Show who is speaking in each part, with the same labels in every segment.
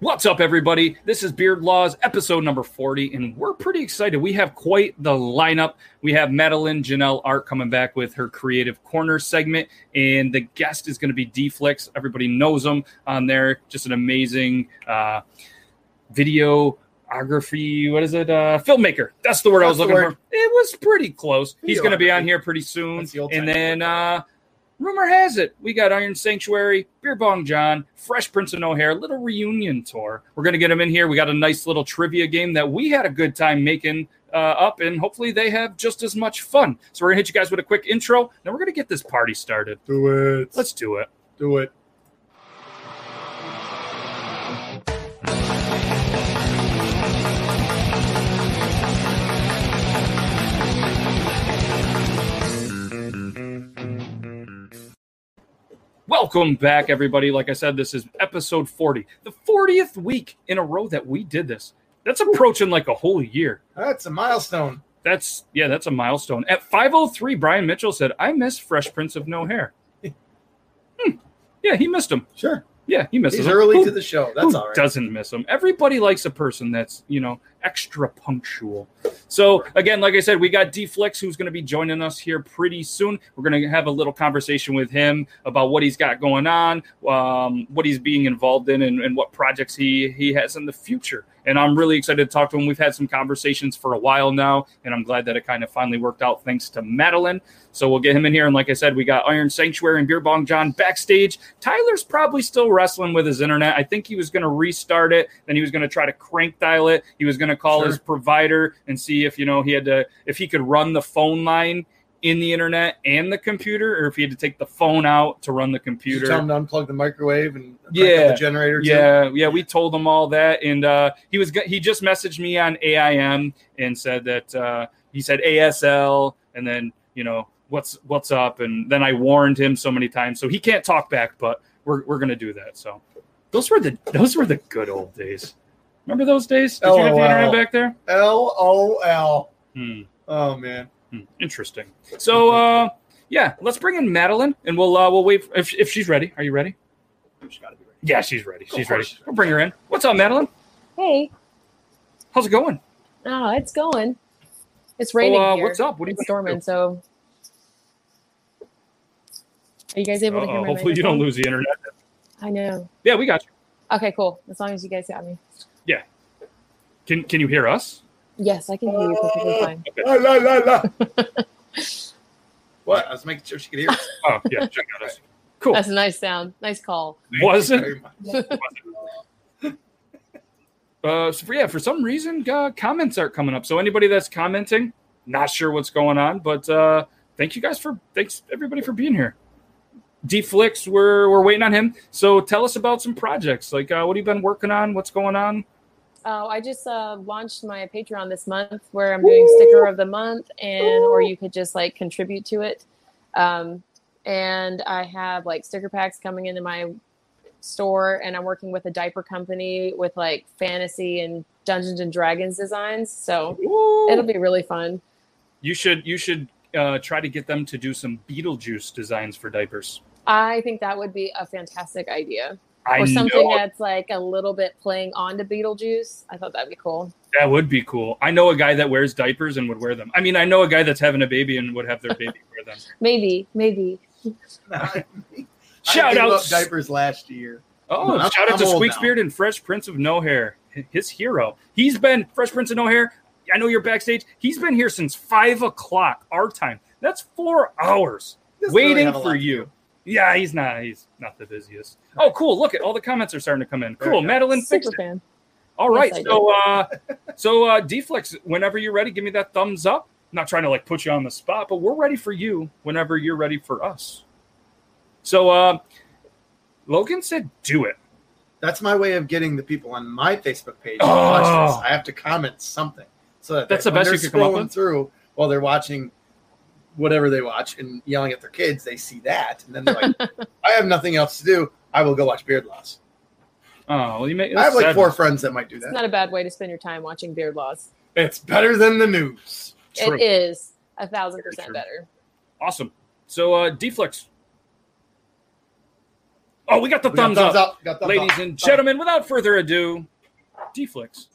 Speaker 1: What's up, everybody? This is Beard Laws, episode number 40, and we're pretty excited. We have quite the lineup. We have Madeline Janelle Art coming back with her Creative Corner segment, and the guest is going to be Deflex. Everybody knows him on there. Just an amazing uh, videography. What is it? Uh, filmmaker. That's the word I was
Speaker 2: That's the
Speaker 1: looking
Speaker 2: word.
Speaker 1: for. It was pretty close. He's going to be on
Speaker 2: Videography.
Speaker 1: here pretty soon.
Speaker 2: That's the old
Speaker 1: and
Speaker 2: title.
Speaker 1: then uh, rumor has it we got Iron Sanctuary, Beer Bong John, Fresh Prince of O'Hare, little reunion tour. We're gonna get him in here. We got a nice little trivia game that we had a good time making uh, up, and hopefully they have just as much fun. So we're gonna hit you guys with a quick intro, then we're gonna get this party started.
Speaker 2: Do it.
Speaker 1: Let's do it.
Speaker 2: do it.
Speaker 1: Welcome back, everybody. Like I said, this is episode 40, the 40th week in a row that we did this. That's approaching like a whole year.
Speaker 2: That's a milestone.
Speaker 1: That's yeah, that's a milestone. At 503, Brian Mitchell said, I miss Fresh Prince of No Hair. Hmm. Yeah, he missed him.
Speaker 2: Sure.
Speaker 1: Yeah, he misses
Speaker 2: He's
Speaker 1: him.
Speaker 2: early
Speaker 1: Who-
Speaker 2: to the show. That's
Speaker 1: who
Speaker 2: all right.
Speaker 1: Doesn't miss him. Everybody likes a person that's, you know, extra punctual. So again, like I said, we got Deflex who's going to be joining us here pretty soon. We're going to have a little conversation with him about what he's got going on, um, what he's being involved in, and, and what projects he he has in the future. And I'm really excited to talk to him. We've had some conversations for a while now, and I'm glad that it kind of finally worked out thanks to Madeline. So we'll get him in here. And like I said, we got Iron Sanctuary and Beer Bong John backstage. Tyler's probably still wrestling with his internet. I think he was going to restart it. Then he was going to try to crank dial it. He was going to call
Speaker 2: Sure.
Speaker 1: his provider and see if, you know, he had to, if he could run the phone line in the internet and the computer, or if he had to take the phone out to run the
Speaker 2: Did you
Speaker 1: computer.
Speaker 2: tell him to unplug the microwave and crank up
Speaker 1: Yeah.
Speaker 2: the generator. too?
Speaker 1: Yeah, yeah, we told him all that, and uh, he was go- he just messaged me on AIM and said that uh, he said ASL, and then you know what's what's up, and then I warned him so many times, so he can't talk back, but we're we're gonna do that. So those were the those were the good old days. Remember those days? Did you have the
Speaker 2: LOL.
Speaker 1: internet back there?
Speaker 2: L O L.
Speaker 1: Hmm.
Speaker 2: Oh man.
Speaker 1: Hmm, interesting. So, uh, yeah, let's bring in Madeline, and we'll uh, we'll wait if, if she's ready. Are you ready? Yeah, she's ready.
Speaker 2: Of
Speaker 1: She's
Speaker 2: course
Speaker 1: ready.
Speaker 2: she's ready.
Speaker 1: We'll bring her in. What's up, Madeline?
Speaker 3: Hey,
Speaker 1: How's it going?
Speaker 3: oh, it's going. It's raining
Speaker 1: Oh, uh,
Speaker 3: here.
Speaker 1: What's up? What are you
Speaker 3: It's storming. So, are you guys able to hear
Speaker 1: Uh-oh,
Speaker 3: me?
Speaker 1: hopefully, you don't lose the internet.
Speaker 3: I know.
Speaker 1: Yeah, we got you.
Speaker 3: Okay, cool. As long as you guys got me.
Speaker 1: Can Can you hear us?
Speaker 3: Yes, I can hear you perfectly fine.
Speaker 2: La, la, la, la. what? I was making sure she could hear. us.
Speaker 1: Oh, yeah, check out us. Cool.
Speaker 3: That's a nice sound. Nice call.
Speaker 1: Was it?
Speaker 2: Very much.
Speaker 1: Uh, so for, yeah, for some reason, uh, comments aren't coming up. So anybody that's commenting, not sure what's going on, but uh, thank you guys for thanks everybody for being here. Deflix, we're we're waiting on him. So tell us about some projects. Like, uh, what have you been working on? What's going on?
Speaker 3: Oh, I just uh, launched my Patreon this month where I'm doing sticker of the month and or you could just like contribute to it. Um, and I have like sticker packs coming into my store and I'm working with a diaper company with like fantasy and Dungeons and Dragons designs. So it'll be really fun.
Speaker 1: You should you should uh, try to get them to do some Beetlejuice designs for diapers.
Speaker 3: I think that would be a fantastic idea.
Speaker 1: I
Speaker 3: or something
Speaker 1: know
Speaker 3: that's like a little bit playing on to Beetlejuice. I thought that'd be cool.
Speaker 1: that would be cool. I know a guy that wears diapers and would wear them. I mean, I know a guy that's having a baby and would have their baby wear them.
Speaker 3: Maybe, maybe.
Speaker 2: I
Speaker 1: Shout
Speaker 2: gave
Speaker 1: out
Speaker 2: up diapers last year.
Speaker 1: Oh,
Speaker 2: I'm-
Speaker 1: shout out
Speaker 2: I'm
Speaker 1: to
Speaker 2: old
Speaker 1: Squeaks
Speaker 2: now.
Speaker 1: Beard and Fresh Prince of No Hair, his hero. He's been Fresh Prince of No Hair. I know you're backstage. He's been here since five o'clock our time. That's four hours
Speaker 2: He doesn't really
Speaker 1: waiting
Speaker 2: have a lot
Speaker 1: for
Speaker 2: to
Speaker 1: you.
Speaker 2: do.
Speaker 1: Yeah, he's not. He's not the busiest. Oh, cool! Look at all the comments are starting to come in.
Speaker 2: There
Speaker 1: Cool,
Speaker 2: you go.
Speaker 1: Madeline fixed
Speaker 3: Super
Speaker 1: it.
Speaker 3: fan.
Speaker 1: All right,
Speaker 3: Yes, I
Speaker 1: so uh, so uh, Deflex, whenever you're ready, give me that thumbs up. Not trying to like put you on the spot, but we're ready for you whenever you're ready for us. So uh, Logan said, "Do it."
Speaker 2: That's my way of getting the people on my Facebook page to
Speaker 1: Oh.
Speaker 2: watch this. I have to comment something so that
Speaker 1: That's
Speaker 2: they,
Speaker 1: the
Speaker 2: when
Speaker 1: best
Speaker 2: they're
Speaker 1: you could come up
Speaker 2: scrolling
Speaker 1: with?
Speaker 2: through while they're watching whatever they watch and yelling at their kids. They see that and then they're like, "I have nothing else to do. I will go watch Beard Loss."
Speaker 1: Oh, well, you make.
Speaker 2: I have like
Speaker 1: that's
Speaker 2: four friends that might do
Speaker 3: It's
Speaker 2: that.
Speaker 3: not a bad way to spend your time watching Beard Laws.
Speaker 2: It's better than the news.
Speaker 1: True.
Speaker 3: It is a thousand percent
Speaker 1: True.
Speaker 3: better.
Speaker 1: Awesome. So uh deflex. Oh, we got the
Speaker 2: We got
Speaker 1: thumbs, up.
Speaker 2: up. Got thumbs
Speaker 1: Ladies
Speaker 2: up.
Speaker 1: and
Speaker 2: Thumbs
Speaker 1: gentlemen, without further ado, Deflix.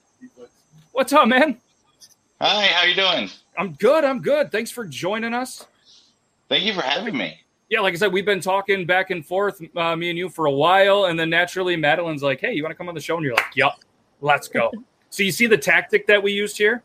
Speaker 1: What's up, man?
Speaker 4: Hi, how you doing?
Speaker 1: I'm good. I'm good. Thanks for joining us.
Speaker 4: Thank you for having me.
Speaker 1: Yeah, like I said, we've been talking back and forth, uh, me and you, for a while. And then naturally, Madeline's like, hey, you want to come on the show? And you're like, yup, let's go. so you see the tactic that we used here?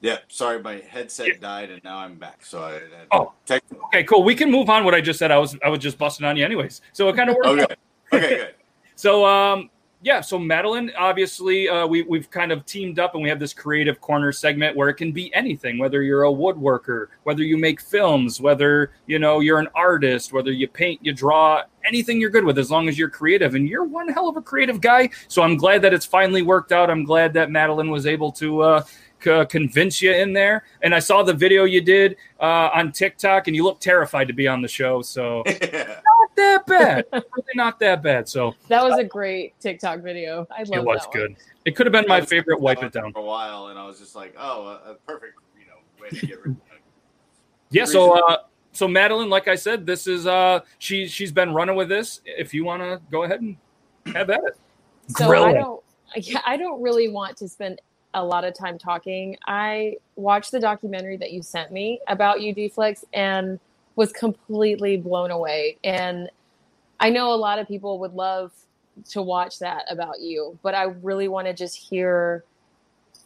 Speaker 5: Yeah, sorry, my headset died and now I'm back. So I, I
Speaker 1: Oh.
Speaker 5: tech-
Speaker 1: Okay, cool. We can move on what I just said. I was I was just busting on you anyways. So it kind of worked out.
Speaker 5: okay, okay, good.
Speaker 1: So um yeah, so Madeline, obviously, uh, we we've kind of teamed up, and we have this creative corner segment where it can be anything. Whether you're a woodworker, whether you make films, whether you know you're an artist, whether you paint, you draw, anything you're good with, as long as you're creative. And you're one hell of a creative guy. So I'm glad that it's finally worked out. I'm glad that Madeline was able to uh, c- convince you in there. And I saw the video you did uh, on TikTok, and you looked terrified to be on the show. So not that bad, really not that bad. So.
Speaker 3: That was a great TikTok video. I love
Speaker 1: Uh, It was
Speaker 3: that one.
Speaker 1: good. It could have been my favorite. Wipe it down.
Speaker 5: for a while, and I was just like, oh, a, a perfect, you know, way to get rid. of it.
Speaker 1: Yeah. So, uh, so Madeline, like I said, this is uh, she she's been running with this. If you want to go ahead and have at it.
Speaker 3: So
Speaker 1: Grill
Speaker 3: I
Speaker 1: it.
Speaker 3: don't. Yeah, I don't really want to spend a lot of time talking. I watched the documentary that you sent me about you, Deflex, and was completely blown away. And I know a lot of people would love to watch that about you, but I really want to just hear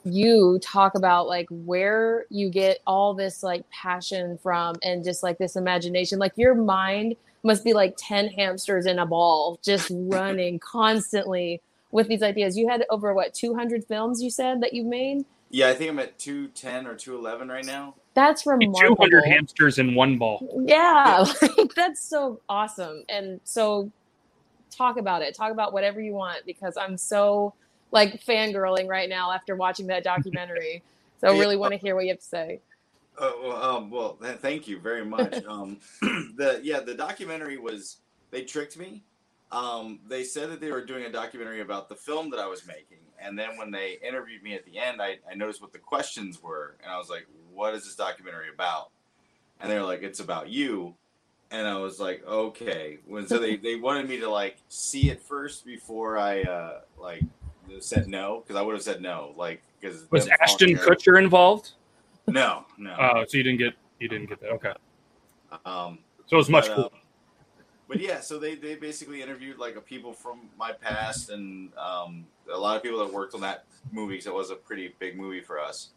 Speaker 3: you talk about like where you get all this like passion from and just like this imagination. Like your mind must be like 10 hamsters in a ball just running constantly with these ideas. You had over what 200 films you said that you've made?
Speaker 5: Yeah, I think I'm at two ten or two eleven right now.
Speaker 3: That's
Speaker 1: Two
Speaker 3: remarkable.
Speaker 1: hundred hamsters in one ball.
Speaker 3: Yeah, like, that's so awesome. And so, talk about it. Talk about whatever you want because I'm so like fangirling right now after watching that documentary. So I really
Speaker 5: Yeah.
Speaker 3: want to hear what you have to say.
Speaker 5: Oh, well, um, well, th- thank you very much. Um, the yeah, the documentary was they tricked me. Um, they said that they were doing a documentary about the film that I was making, and then when they interviewed me at the end, I, I noticed what the questions were, and I was like, "What is this documentary about?" And they were like, "It's about you," and I was like, "Okay." When so they they wanted me to like see it first before I uh like said no because I would have said no like because
Speaker 1: Was Ashton Kutcher involved?
Speaker 5: No, no.
Speaker 1: Oh, so you didn't get you didn't get that. Okay. Uh.
Speaker 5: um,
Speaker 1: So it was much
Speaker 3: uh,
Speaker 5: but,
Speaker 1: cooler.
Speaker 5: um, but yeah, so they, they basically interviewed like a people from my past and um, a lot of people that worked on that movie because it was a pretty big movie for us.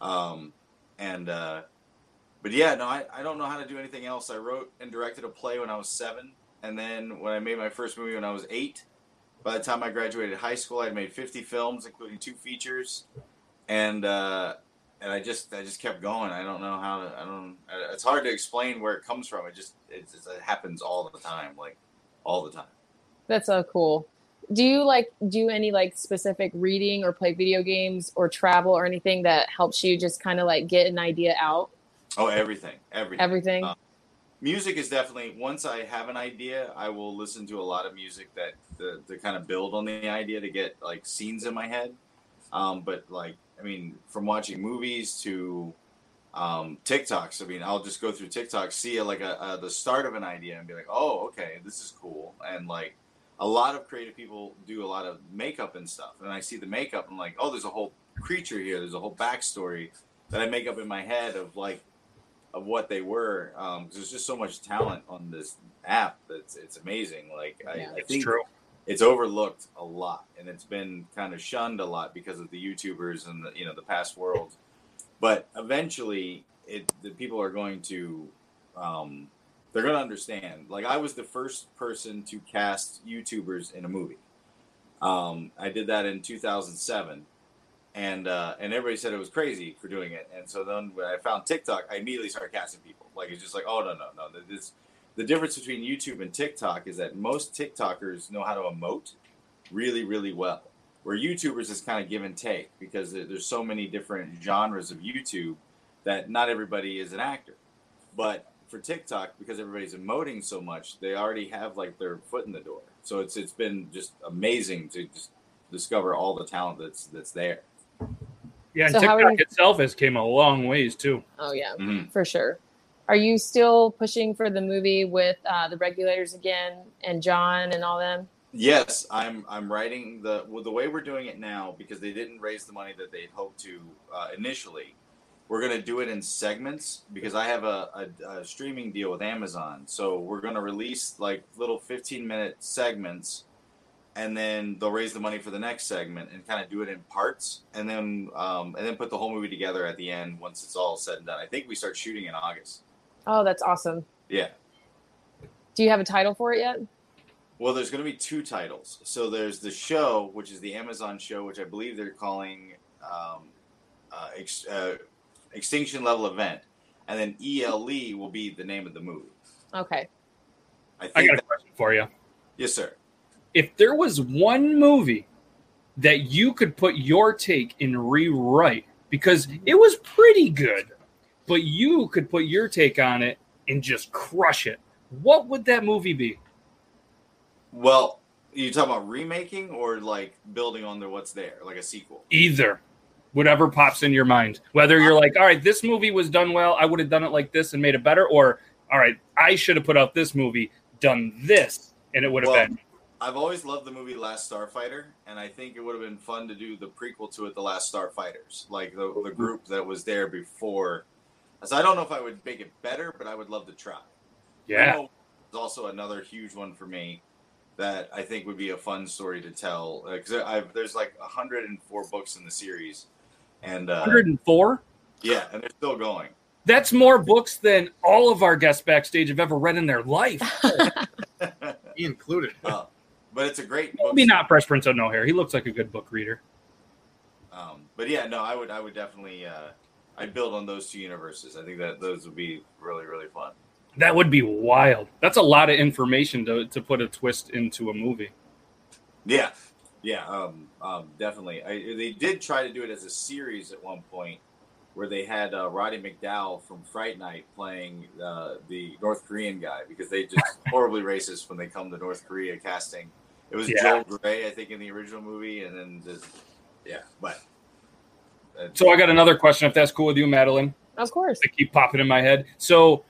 Speaker 5: Um, and uh, but yeah, no, I, I don't know how to do anything else. I wrote and directed a play when I was seven, and then when I made my first movie when I was eight. By the time I graduated high school, I'd made fifty films, including two features, and uh, and I just I just kept going. I don't know how to. I don't. I- It's hard to explain where it comes from. It just it, just- it happens all the time, like all the time.
Speaker 3: That's so cool. Do you like do any like specific reading or play video games or travel or anything that helps you just kind of like get an idea out?
Speaker 5: Oh, everything, everything.
Speaker 3: Everything.
Speaker 5: Uh, music is definitely once I have an idea, I will listen to a lot of music that the to kind of build on the idea to get like scenes in my head. Um, but like, I mean, from watching movies to um, TikToks, I mean, I'll just go through TikTok, see uh, like a, a the start of an idea, and be like, oh, okay, this is cool. And like, a lot of creative people do a lot of makeup and stuff, and I see the makeup, and like, oh, there's a whole creature here. There's a whole backstory that I make up in my head of like of what they were. Um, 'cause there's just so much talent on this app that's it's amazing. Like I,
Speaker 3: Yeah.
Speaker 5: I
Speaker 1: It's
Speaker 5: think
Speaker 1: true.
Speaker 5: it's overlooked a lot, and it's been kind of shunned a lot because of the YouTubers and the you know the past world. But eventually, it the people are going to. Um, they're going to understand. Like I was the first person to cast YouTubers in a movie. Um, I did that in 2007, and uh, and everybody said it was crazy for doing it. And so then when I found TikTok, I immediately started casting people. Like it's just like, oh no no no, th- this. The difference between YouTube and TikTok is that most TikTokers know how to emote really, really well. Where YouTubers is kind of give and take because there- there's so many different genres of YouTube that not everybody is an actor. But for TikTok, because everybody's emoting so much, they already have like their foot in the door. So it's it's been just amazing to just discover all the talent that's that's there.
Speaker 1: Yeah, and
Speaker 3: So how are
Speaker 1: TikTok
Speaker 3: you-
Speaker 1: itself has came a long ways too.
Speaker 3: oh yeah, for sure. Are you still pushing for the movie with uh, the regulators again and John and all them?
Speaker 5: Yes, I'm. I'm writing the well, the way we're doing it now because they didn't raise the money that they hoped to uh, initially. We're going to do it in segments because I have a, a, a streaming deal with Amazon, so we're going to release like little 15 minute segments, and then they'll raise the money for the next segment and kind of do it in parts, and then um, and then put the whole movie together at the end once it's all said and done. I think we start shooting in August.
Speaker 3: Oh, that's awesome.
Speaker 5: Yeah.
Speaker 3: Do you have a title for it yet?
Speaker 5: Well, there's going to be two titles. So there's the show, which is the Amazon show, which I believe they're calling um, uh, ex- uh, Extinction Level Event. And then ELE will be the name of the movie.
Speaker 3: Okay.
Speaker 5: I
Speaker 1: I
Speaker 5: think.
Speaker 1: got a question for you.
Speaker 5: yes, sir.
Speaker 1: If there was one movie that you could put your take and rewrite because it was pretty good, but you could put your take on it and just crush it, what would that movie be?
Speaker 5: Well, you talking about remaking or like building on the what's there, like a sequel?
Speaker 1: Either. Whatever pops in your mind. Whether you're like, all right, this movie was done well, I would have done it like this and made it better, or all right, I should have put out this movie, done this, and it would have
Speaker 5: Well,
Speaker 1: been.
Speaker 5: I've always loved the movie Last Starfighter, and I think it would have been fun to do the prequel to it, The Last Starfighters, like the, the group that was there before. So I don't know if I would make it better, but I would love to try.
Speaker 1: Yeah.
Speaker 5: Remo is also another huge one for me that I think would be a fun story to tell because I've there's like 104 books in the series, and uh,
Speaker 1: 104?
Speaker 5: yeah, and they're still going.
Speaker 1: That's more books than all of our guests backstage have ever read in their life.
Speaker 2: He included.
Speaker 5: Uh, but it's a great book.
Speaker 1: Maybe not Fresh Prince of No Hair. He looks like a good book reader.
Speaker 5: Um, but yeah, no, I would I would definitely uh, I build on those two universes. I think that those would be really really fun.
Speaker 1: That would be wild. That's a lot of information to, to put a twist into a movie.
Speaker 5: Yeah, yeah, um, um, definitely. I, they did try to do it as a series at one point, where they had uh, Roddy McDowell from Fright Night playing uh, the North Korean guy because they just horribly racist when they come to North Korea casting. It was
Speaker 1: Yeah.
Speaker 5: Joel Gray, I think, in the original movie, and then just yeah, but uh,
Speaker 1: So I got another question, if that's cool with you, Madeline.
Speaker 3: Of course.
Speaker 1: that keep popping in my head. So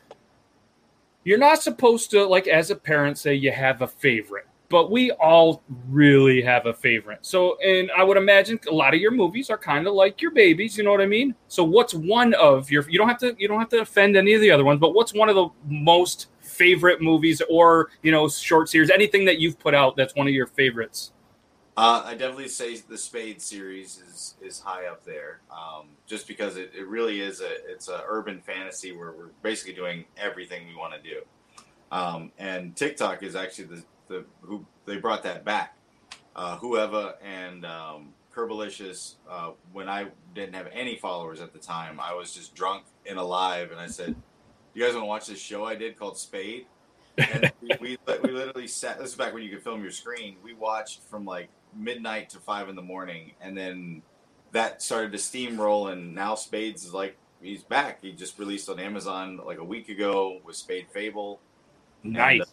Speaker 1: you're not supposed to like as a parent say you have a favorite, but we all really have a favorite. So and I would imagine a lot of your movies are kind of like your babies, you know what I mean? So what's one of your you don't have to you don't have to offend any of the other ones, but what's one of the most favorite movies or, you know, short series, anything that you've put out that's one of your favorites?
Speaker 5: Uh, I definitely say the Spade series is is high up there, um, just because it, it really is a it's a urban fantasy where we're basically doing everything we want to do, um, and TikTok is actually the the who they brought that back. Uh, whoever and um, Kerbalicious, uh, when I didn't have any followers at the time, I was just drunk and alive, and I said, "You guys want to watch this show I did called Spade?" and we, we, li- we literally sat. This is back when you could film your screen. We watched from like midnight to five in the morning, and then that started to steamroll. And now Spades is like he's back. He just released on Amazon like a week ago with Spade Fable.
Speaker 1: Nice.
Speaker 5: uh,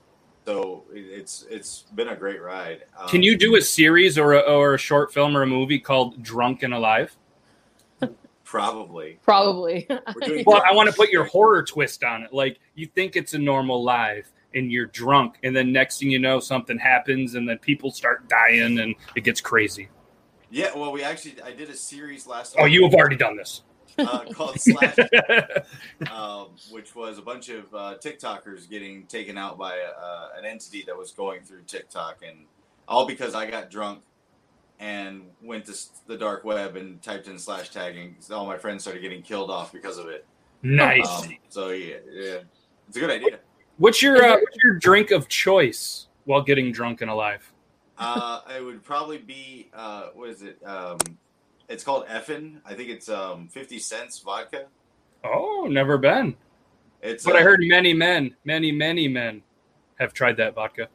Speaker 5: So it- it's it's been a great ride. Um,
Speaker 1: Can you do a series or a, or a short film or a movie called Drunk and Alive?
Speaker 5: probably?
Speaker 3: Probably.
Speaker 5: We're doing
Speaker 1: Well, I want to put your horror twist on it. Like you think it's a normal live and you're drunk, and then next thing you know, something happens, and then people start dying, and it gets crazy.
Speaker 5: Yeah, well, we actually I did a series last.
Speaker 1: Oh, you have already done this.
Speaker 5: uh, called Slash um, which was a bunch of uh, TikTokers getting taken out by uh, an entity that was going through TikTok, and all because I got drunk and went to s- the dark web and typed in slash tagging. So all my friends started getting killed off because of it.
Speaker 1: nice.
Speaker 5: Um, so yeah, yeah, it's a good idea.
Speaker 1: What's your uh, what's your drink of choice while getting drunk and alive?
Speaker 5: Uh, it would probably be uh, what is it? Um, it's called Effin. I think it's um, fifty cents vodka.
Speaker 1: Oh, never been.
Speaker 5: It's
Speaker 1: But I
Speaker 5: uh,
Speaker 1: heard many men, many many men, have tried that vodka.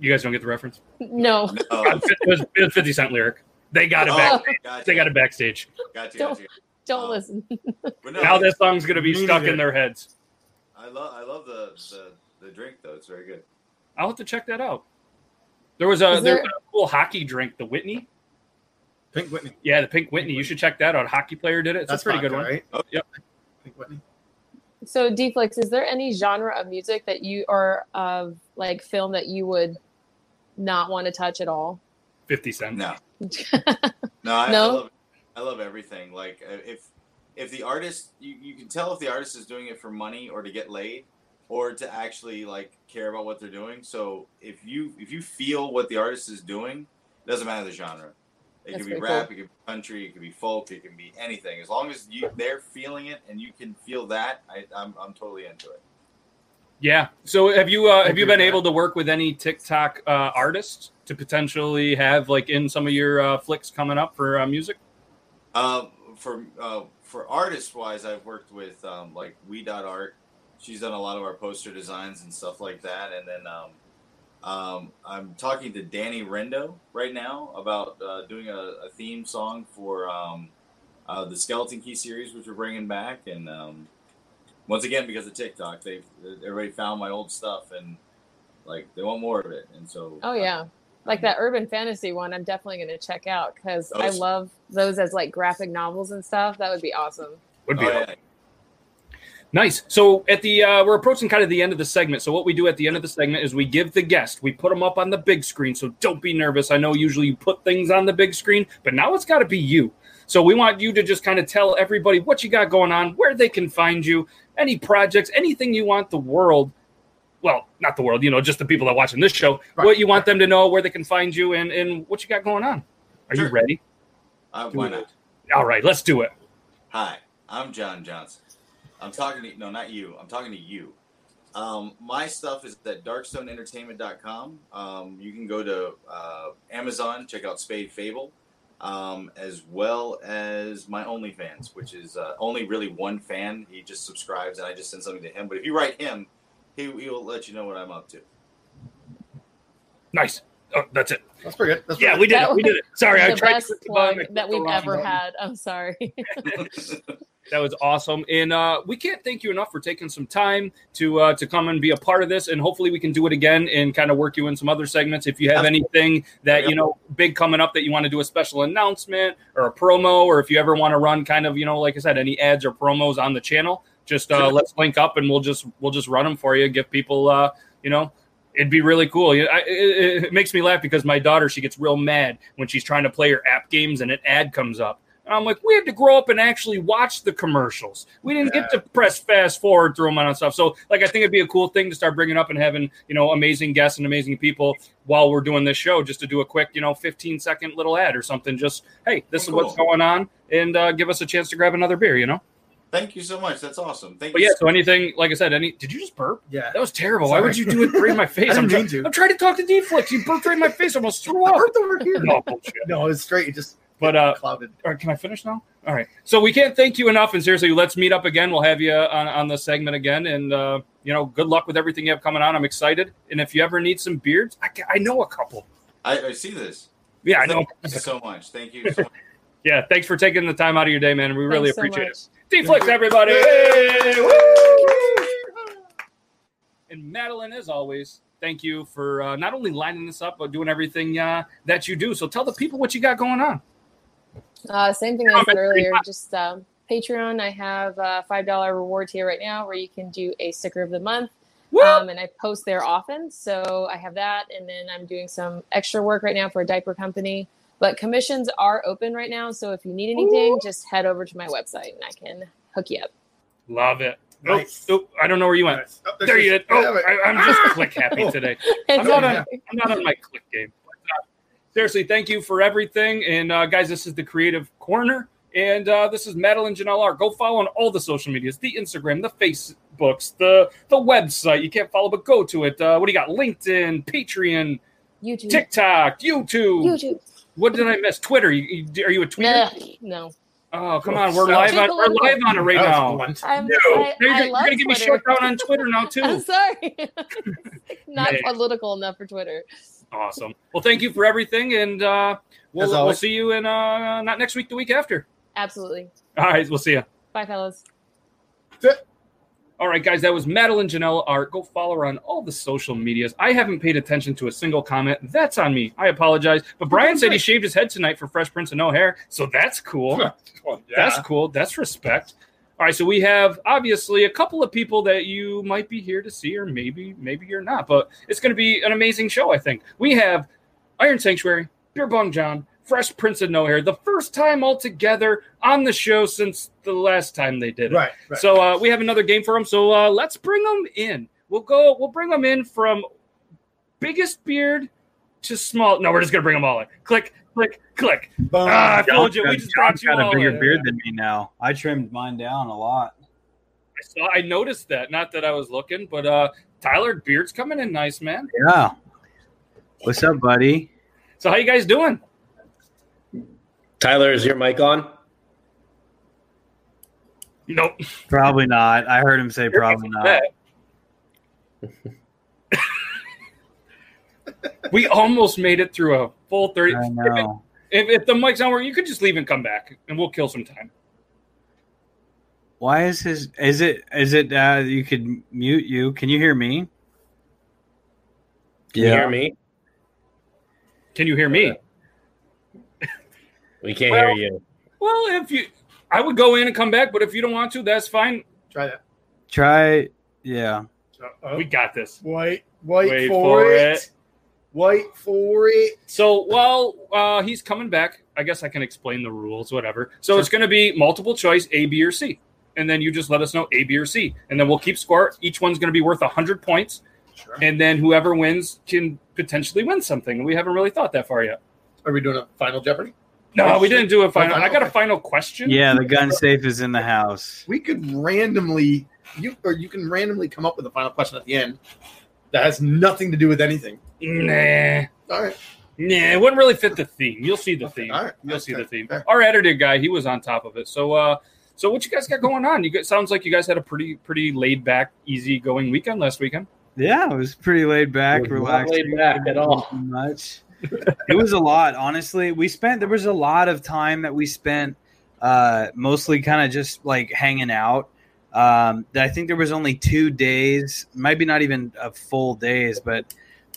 Speaker 1: You guys don't get the reference.
Speaker 3: no.
Speaker 5: uh, no.
Speaker 1: It was, it was Fifty Cent lyric. They got it back.
Speaker 5: Oh, gotcha,
Speaker 1: They got it backstage.
Speaker 5: Gotcha,
Speaker 3: Don't-
Speaker 5: gotcha.
Speaker 3: Don't listen.
Speaker 5: But no,
Speaker 1: Now that song's gonna be
Speaker 2: Me
Speaker 1: stuck
Speaker 2: neither.
Speaker 1: in their heads.
Speaker 5: I love I love the, the the drink though. It's very good.
Speaker 1: I'll have to check that out. There was a
Speaker 3: Is
Speaker 1: there
Speaker 3: there-
Speaker 1: was a cool hockey drink, the Whitney.
Speaker 2: Pink Whitney.
Speaker 1: Yeah, the Pink Whitney. You should check that out. A hockey player did it. It's a pretty
Speaker 2: vodka,
Speaker 1: good one.
Speaker 2: Right? I think Whitney.
Speaker 3: So, Deflix, is there any genre of music that you or of like film that you would not want to touch at all?
Speaker 1: Fifty Cent.
Speaker 5: No, no, I,
Speaker 3: No?
Speaker 5: I, love, I love everything. Like uh, if if the artist, you, you can tell if the artist is doing it for money or to get laid or to actually like care about what they're doing. So if you if you feel what the artist is doing, it doesn't matter the genre. It
Speaker 3: That's
Speaker 5: could be
Speaker 3: pretty cool.
Speaker 5: rap, it could be country, it could be folk, it can be anything. As long as you they're feeling it and you can feel that, I, I'm I'm totally into it.
Speaker 1: Yeah. So have you uh, have you
Speaker 2: Agree
Speaker 1: been
Speaker 2: with
Speaker 1: able to work with any TikTok uh, artists to potentially have like in some of your uh, flicks coming up for uh, music?
Speaker 5: Uh, for uh, for artist wise, I've worked with um, like We Dot Art. She's done a lot of our poster designs and stuff like that. And then um, um, I'm talking to Danny Rendo right now about uh, doing a, a theme song for um, uh, the Skeleton Key series, which we're bringing back. And um, once again, because of TikTok, they everybody found my old stuff and like they want more of it. And so
Speaker 3: Oh, yeah. Like that urban fantasy one, I'm definitely going to check out because I
Speaker 5: Those-
Speaker 3: love those as like graphic novels and stuff. That would be awesome.
Speaker 1: Would
Speaker 5: Oh, yeah.
Speaker 1: Nice. So at the uh, we're approaching kind of the end of the segment. So what we do at the end of the segment is we give the guest, we put them up on the big screen. So don't be nervous. I know usually you put things on the big screen, but now it's got to be you. So we want you to just kind of tell everybody what you got going on, where they can find you, any projects, anything you want the world. Well, not the world, you know, just the people that are watching this show.
Speaker 2: Right.
Speaker 1: What you want them to know, where they can find you, and and what you got going on. Are you
Speaker 5: Sure.
Speaker 1: ready?
Speaker 5: Uh, why not?
Speaker 1: All right, let's do it.
Speaker 5: Hi, I'm John Johnson. I'm talking to no, not you. I'm talking to you. Um, my stuff is at darkstoneentertainment.com. Um, you can go to uh, Amazon, check out Spade Fable, um, as well as my OnlyFans, which is uh, only really one fan. He just subscribes, and I just send something to him. But if you write him, he, he will let you know what I'm up to.
Speaker 1: Nice. Oh, that's it.
Speaker 2: That's pretty good. That's
Speaker 1: Yeah,
Speaker 2: pretty
Speaker 1: we did
Speaker 3: That
Speaker 1: it. We did it. Sorry, I
Speaker 3: the
Speaker 1: tried
Speaker 3: best
Speaker 1: to click the
Speaker 3: plug
Speaker 1: button. I clicked
Speaker 3: that
Speaker 1: the
Speaker 3: we've
Speaker 1: wrong
Speaker 3: ever
Speaker 1: button.
Speaker 3: had. I'm sorry.
Speaker 1: That was awesome, and uh, we can't thank you enough for taking some time to uh, to come and be a part of this. And hopefully, we can do it again and kind of work you in some other segments. If you have anything that you know big coming up that you want to do a special announcement or a promo, or if you ever want to run kind of you know like I said, any ads or promos on the channel, just uh,
Speaker 5: Sure.
Speaker 1: let's link up and we'll just we'll just run them for you. Give people uh, you know It'd be really cool. You- I, it, it makes me laugh because my daughter, she gets real mad when she's trying to play her app games and an ad comes up. And I'm like, we had to grow up and actually watch the commercials. We didn't get to press fast forward through them and stuff. So, like, I think it'd be a cool thing to start bringing up and having, you know, amazing guests and amazing people while we're doing this show just to do a quick, you know, 15 second little ad or something. Just, hey, this
Speaker 2: Oh,
Speaker 1: is what's
Speaker 5: Cool.
Speaker 1: going on and uh, give us a chance to grab another beer, you know?
Speaker 5: Thank you so much. That's awesome. Thank
Speaker 1: But
Speaker 5: you.
Speaker 1: yeah, so anything, like I said, any, did you just burp?
Speaker 2: Yeah.
Speaker 1: That was terrible. Why
Speaker 2: Sorry.
Speaker 1: would you do it right in my face?
Speaker 2: I didn't
Speaker 1: I'm, try-
Speaker 2: mean to.
Speaker 1: I'm trying to talk to Deflex. You burped right in my face. I almost threw up.
Speaker 2: the word here.
Speaker 1: Oh, bullshit.
Speaker 2: No, it's straight. It just
Speaker 1: But, uh,
Speaker 2: clouded.
Speaker 1: All right, can I finish now? All right. So we can't thank you enough. And seriously, let's meet up again. We'll have you on, on the segment again. And, uh, you know, good luck with everything you have coming on. I'm excited. And if you ever need some beards, I, ca- I know a couple.
Speaker 5: I, I see this.
Speaker 1: Yeah, I know.
Speaker 5: Thank you so much. Thank you. So much.
Speaker 1: Yeah, thanks for taking the time out of your day, man. We really
Speaker 3: Thanks so
Speaker 1: appreciate
Speaker 3: much.
Speaker 1: it. Deflex, everybody. Hey, woo! And Madeline, as always, thank you for uh, not only lining this up, but doing everything uh, that you do. So tell the people what you got going on.
Speaker 3: Uh, same thing I said earlier. Just um, Patreon. I have a five dollar reward tier right now where you can do a sticker of the month,
Speaker 1: Woo!
Speaker 3: um, and I post there often. So I have that, and then I'm doing some extra work right now for a diaper company. But commissions are open right now, so if you need anything, just head over to my website and I can hook you up.
Speaker 1: Love it. Oh,
Speaker 2: Nice.
Speaker 1: oh, I don't know where you went.
Speaker 2: Nice. Oh,
Speaker 1: There you
Speaker 2: is-
Speaker 1: did. Oh,
Speaker 2: yeah,
Speaker 1: I, I'm just click happy
Speaker 2: Oh.
Speaker 1: today.
Speaker 3: It's
Speaker 1: I'm not, on,
Speaker 3: okay.
Speaker 2: Yeah.
Speaker 1: I'm not on my click game. But, uh, seriously, thank you for everything. And uh, guys, this is the Creative Corner. And uh, this is Madeline Janelle R. Go follow on all the social medias the Instagram, the Facebooks, the, the website. You can't follow, but go to it. Uh, what do you got? LinkedIn, Patreon,
Speaker 3: YouTube.
Speaker 1: TikTok, YouTube.
Speaker 3: YouTube.
Speaker 1: What did I miss? Twitter. You, you- are you a tweeter?
Speaker 3: Ugh, no.
Speaker 1: Oh, come on. We're live, on, we're live on it right
Speaker 2: that was
Speaker 1: now.
Speaker 2: blunt.
Speaker 3: I'm,
Speaker 1: No.
Speaker 3: I,
Speaker 1: You're,
Speaker 3: I
Speaker 1: gonna- you're
Speaker 3: love
Speaker 1: going to get me
Speaker 3: Twitter.
Speaker 1: shut down on Twitter now, too.
Speaker 3: I'm sorry. Not
Speaker 1: Man.
Speaker 3: political enough for Twitter.
Speaker 1: Awesome. Well, thank you for everything, and uh, we'll,
Speaker 2: As
Speaker 1: we'll
Speaker 2: always.
Speaker 1: see you in uh, not next week, the week after.
Speaker 3: Absolutely.
Speaker 1: All right, we'll see you.
Speaker 3: Bye, fellas.
Speaker 1: All right, guys, that was Madeline Janelle Art. Go follow her on all the social medias. I haven't paid attention to a single comment. That's on me. I apologize. But Brian said he shaved his head tonight for Fresh Prince and no hair, so that's cool.
Speaker 2: Well, yeah.
Speaker 1: That's cool. That's respect. All right, so we have obviously a couple of people that you might be here to see, or maybe maybe you're not, but it's going to be an amazing show. I think we have Iron Sanctuary, Beer Bong John, Fresh Prince of Nowhere, the first time all together on the show since the last time they did it.
Speaker 2: Right. right.
Speaker 1: So uh, we have another game for them. So uh, let's bring them in. We'll go. We'll bring them in from biggest beard to small. No, we're just gonna bring them all in. Click, click, click.
Speaker 2: Boom.
Speaker 1: Ah, I told you. We just brought
Speaker 6: John's
Speaker 1: you
Speaker 6: got a
Speaker 1: all
Speaker 6: bigger
Speaker 1: in.
Speaker 6: beard than me now. I trimmed mine down a lot.
Speaker 1: I saw. I noticed that. Not that I was looking, but uh, Tyler Beard's coming in nice, man.
Speaker 6: Yeah. What's up, buddy?
Speaker 1: So how you guys doing?
Speaker 7: Tyler, is your mic on?
Speaker 1: Nope.
Speaker 6: Probably not. I heard him say probably not.
Speaker 1: we almost made it through a full thirty.
Speaker 6: I know.
Speaker 1: If, if the mic's not working, you could just leave and come back, and we'll kill some time.
Speaker 6: Why is his? Is it? Is it? Uh, you could mute you. Can you hear me?
Speaker 7: Can you hear me?
Speaker 1: Can you hear me?
Speaker 7: We can't
Speaker 1: Well-
Speaker 7: hear you.
Speaker 1: Well, if you, I would go in and come back, but if you don't want to, that's fine.
Speaker 2: Try that.
Speaker 6: Try. Yeah.
Speaker 2: Uh-oh.
Speaker 1: We got this.
Speaker 2: Wait, wait,
Speaker 1: Wait
Speaker 2: for,
Speaker 1: for
Speaker 2: it.
Speaker 1: it.
Speaker 2: Wait for it.
Speaker 1: So while uh, he's coming back, I guess I can explain the rules, whatever. So it's going to be multiple choice A, B, or C, and then you just let us know A, B, or C, and then we'll keep score. Each one's going to be worth hundred points,
Speaker 2: Sure.
Speaker 1: and then whoever wins can potentially win something. We haven't really thought that far yet.
Speaker 2: Are we doing a final Jeopardy?
Speaker 1: No, we didn't do a final.
Speaker 2: final
Speaker 1: I got a
Speaker 2: question.
Speaker 1: final question.
Speaker 6: Yeah. The gun safe is in the house.
Speaker 2: We could randomly you or you can randomly come up with a final question at the end that has nothing to do with anything.
Speaker 1: Nah.
Speaker 2: All right.
Speaker 1: Nah, it wouldn't really fit the theme. You'll see the
Speaker 2: Okay,
Speaker 1: theme.
Speaker 2: all right.
Speaker 1: You'll see the
Speaker 2: Okay,
Speaker 1: theme.
Speaker 2: fair.
Speaker 1: Our editor guy, he was on top of it. So, uh, so what you guys got going on? You guys, sounds like you guys had a pretty, pretty laid back, easy going weekend last weekend.
Speaker 6: Yeah, it was pretty laid back,
Speaker 7: Was not
Speaker 6: relaxed.
Speaker 7: laid back at all.
Speaker 6: Much. it was a lot, honestly. We spent there was a lot of time that we spent uh, mostly kind of just like hanging out. Um, I think there was only two days, maybe not even a full days, but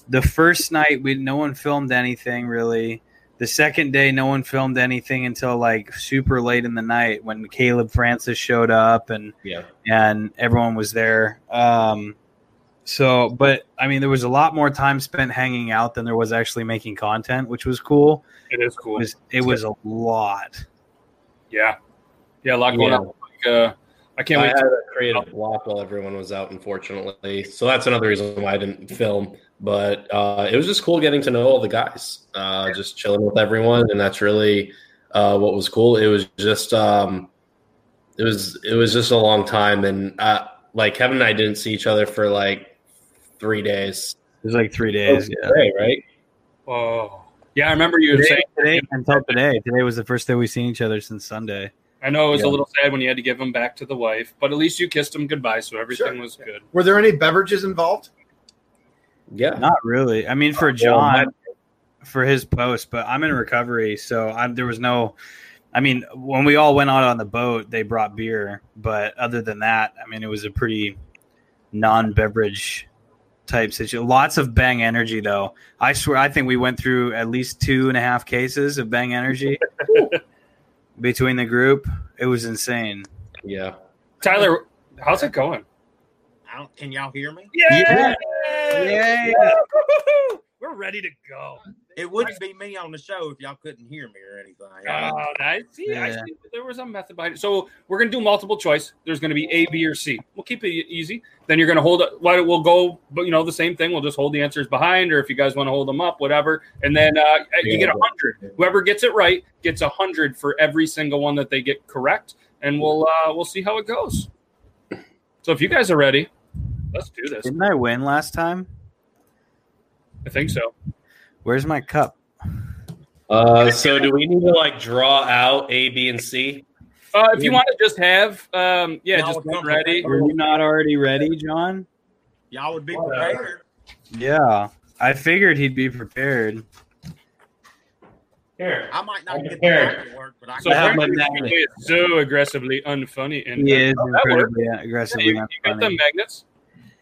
Speaker 6: the first night we no one filmed anything really. The second day, no one filmed anything until like super late in the night when Caleb Francis showed up and
Speaker 7: Yeah.
Speaker 6: and everyone was there. Um, so, but I mean, there was a lot more time spent hanging out than there was actually making content, which was cool.
Speaker 1: It is cool.
Speaker 6: It was, it was a lot.
Speaker 1: yeah, yeah, a lot going
Speaker 7: Yeah.
Speaker 1: on. Like, uh, I can't
Speaker 7: I
Speaker 1: wait.
Speaker 7: had a creative block while everyone was out, unfortunately. So that's another reason why I didn't film. But uh, it was just cool getting to know all the guys, uh, just chilling with everyone, and that's really uh, what was cool. It was just um, it was it was just a long time, and uh, like Kevin and I didn't see each other for like three days.
Speaker 6: It was like three days. Yeah.
Speaker 7: Great, right?
Speaker 1: oh, yeah, I remember you saying.
Speaker 6: Today, today, until today, today was the first day we've seen each other since Sunday.
Speaker 1: I know it was a
Speaker 7: Yeah.
Speaker 1: little sad when you had to give him back to the wife, but at least you kissed him goodbye, so everything
Speaker 2: Sure.
Speaker 1: was good.
Speaker 2: Were there any beverages involved?
Speaker 7: Yeah.
Speaker 6: Not really. I mean, for
Speaker 7: my-
Speaker 6: John, for his post, but I'm in recovery, so I, there was no. I mean, when we all went out on the boat, they brought beer, but other than that, I mean, it was a pretty non-beverage type situation. Lots of Bang Energy, though. I swear, I think we went through at least two and a half cases of Bang Energy between the group. It was insane.
Speaker 7: Yeah.
Speaker 1: Tyler, how's it going?
Speaker 8: I don't, can y'all hear me?
Speaker 6: Yeah.
Speaker 1: Yeah.
Speaker 6: Yeah.
Speaker 1: We're ready to go.
Speaker 8: It wouldn't be me on the show if y'all couldn't hear me or anything.
Speaker 1: Oh, I see. I
Speaker 6: Yeah.
Speaker 1: see. There was a method behind it. So we're gonna do multiple choice. There's gonna be A, B, or C. We'll keep it e-, easy. Then you're gonna hold. it- Why we'll go, but you know the same thing. We'll just hold the answers behind, or if you guys want to hold them up, whatever. And then uh, you get a hundred. Whoever gets it right gets a hundred for every single one that they get correct, and we'll uh, we'll see how it goes. So if you guys are ready, let's do this.
Speaker 6: Didn't I win last time?
Speaker 1: I think so.
Speaker 6: Where's my cup?
Speaker 7: Uh, so do we need to like draw out A, B, and C?
Speaker 1: Uh, if you want to just have, um, yeah,
Speaker 8: No,
Speaker 1: just
Speaker 8: it's not
Speaker 1: one ready.
Speaker 6: Were you not already ready, John?
Speaker 8: Y'all would be prepared.
Speaker 6: Yeah, I figured he'd be prepared.
Speaker 7: Here.
Speaker 8: I might not
Speaker 7: I'm
Speaker 8: get the
Speaker 7: prepared.
Speaker 8: mic to work, but I
Speaker 1: So
Speaker 7: I have
Speaker 8: can.
Speaker 7: my
Speaker 1: apparently
Speaker 7: magnet.
Speaker 1: he is so aggressively unfunny and uh, oh,
Speaker 6: He is
Speaker 1: that
Speaker 6: incredibly
Speaker 1: Yeah,
Speaker 6: aggressively
Speaker 1: you, you got the
Speaker 6: unfunny.
Speaker 1: magnets.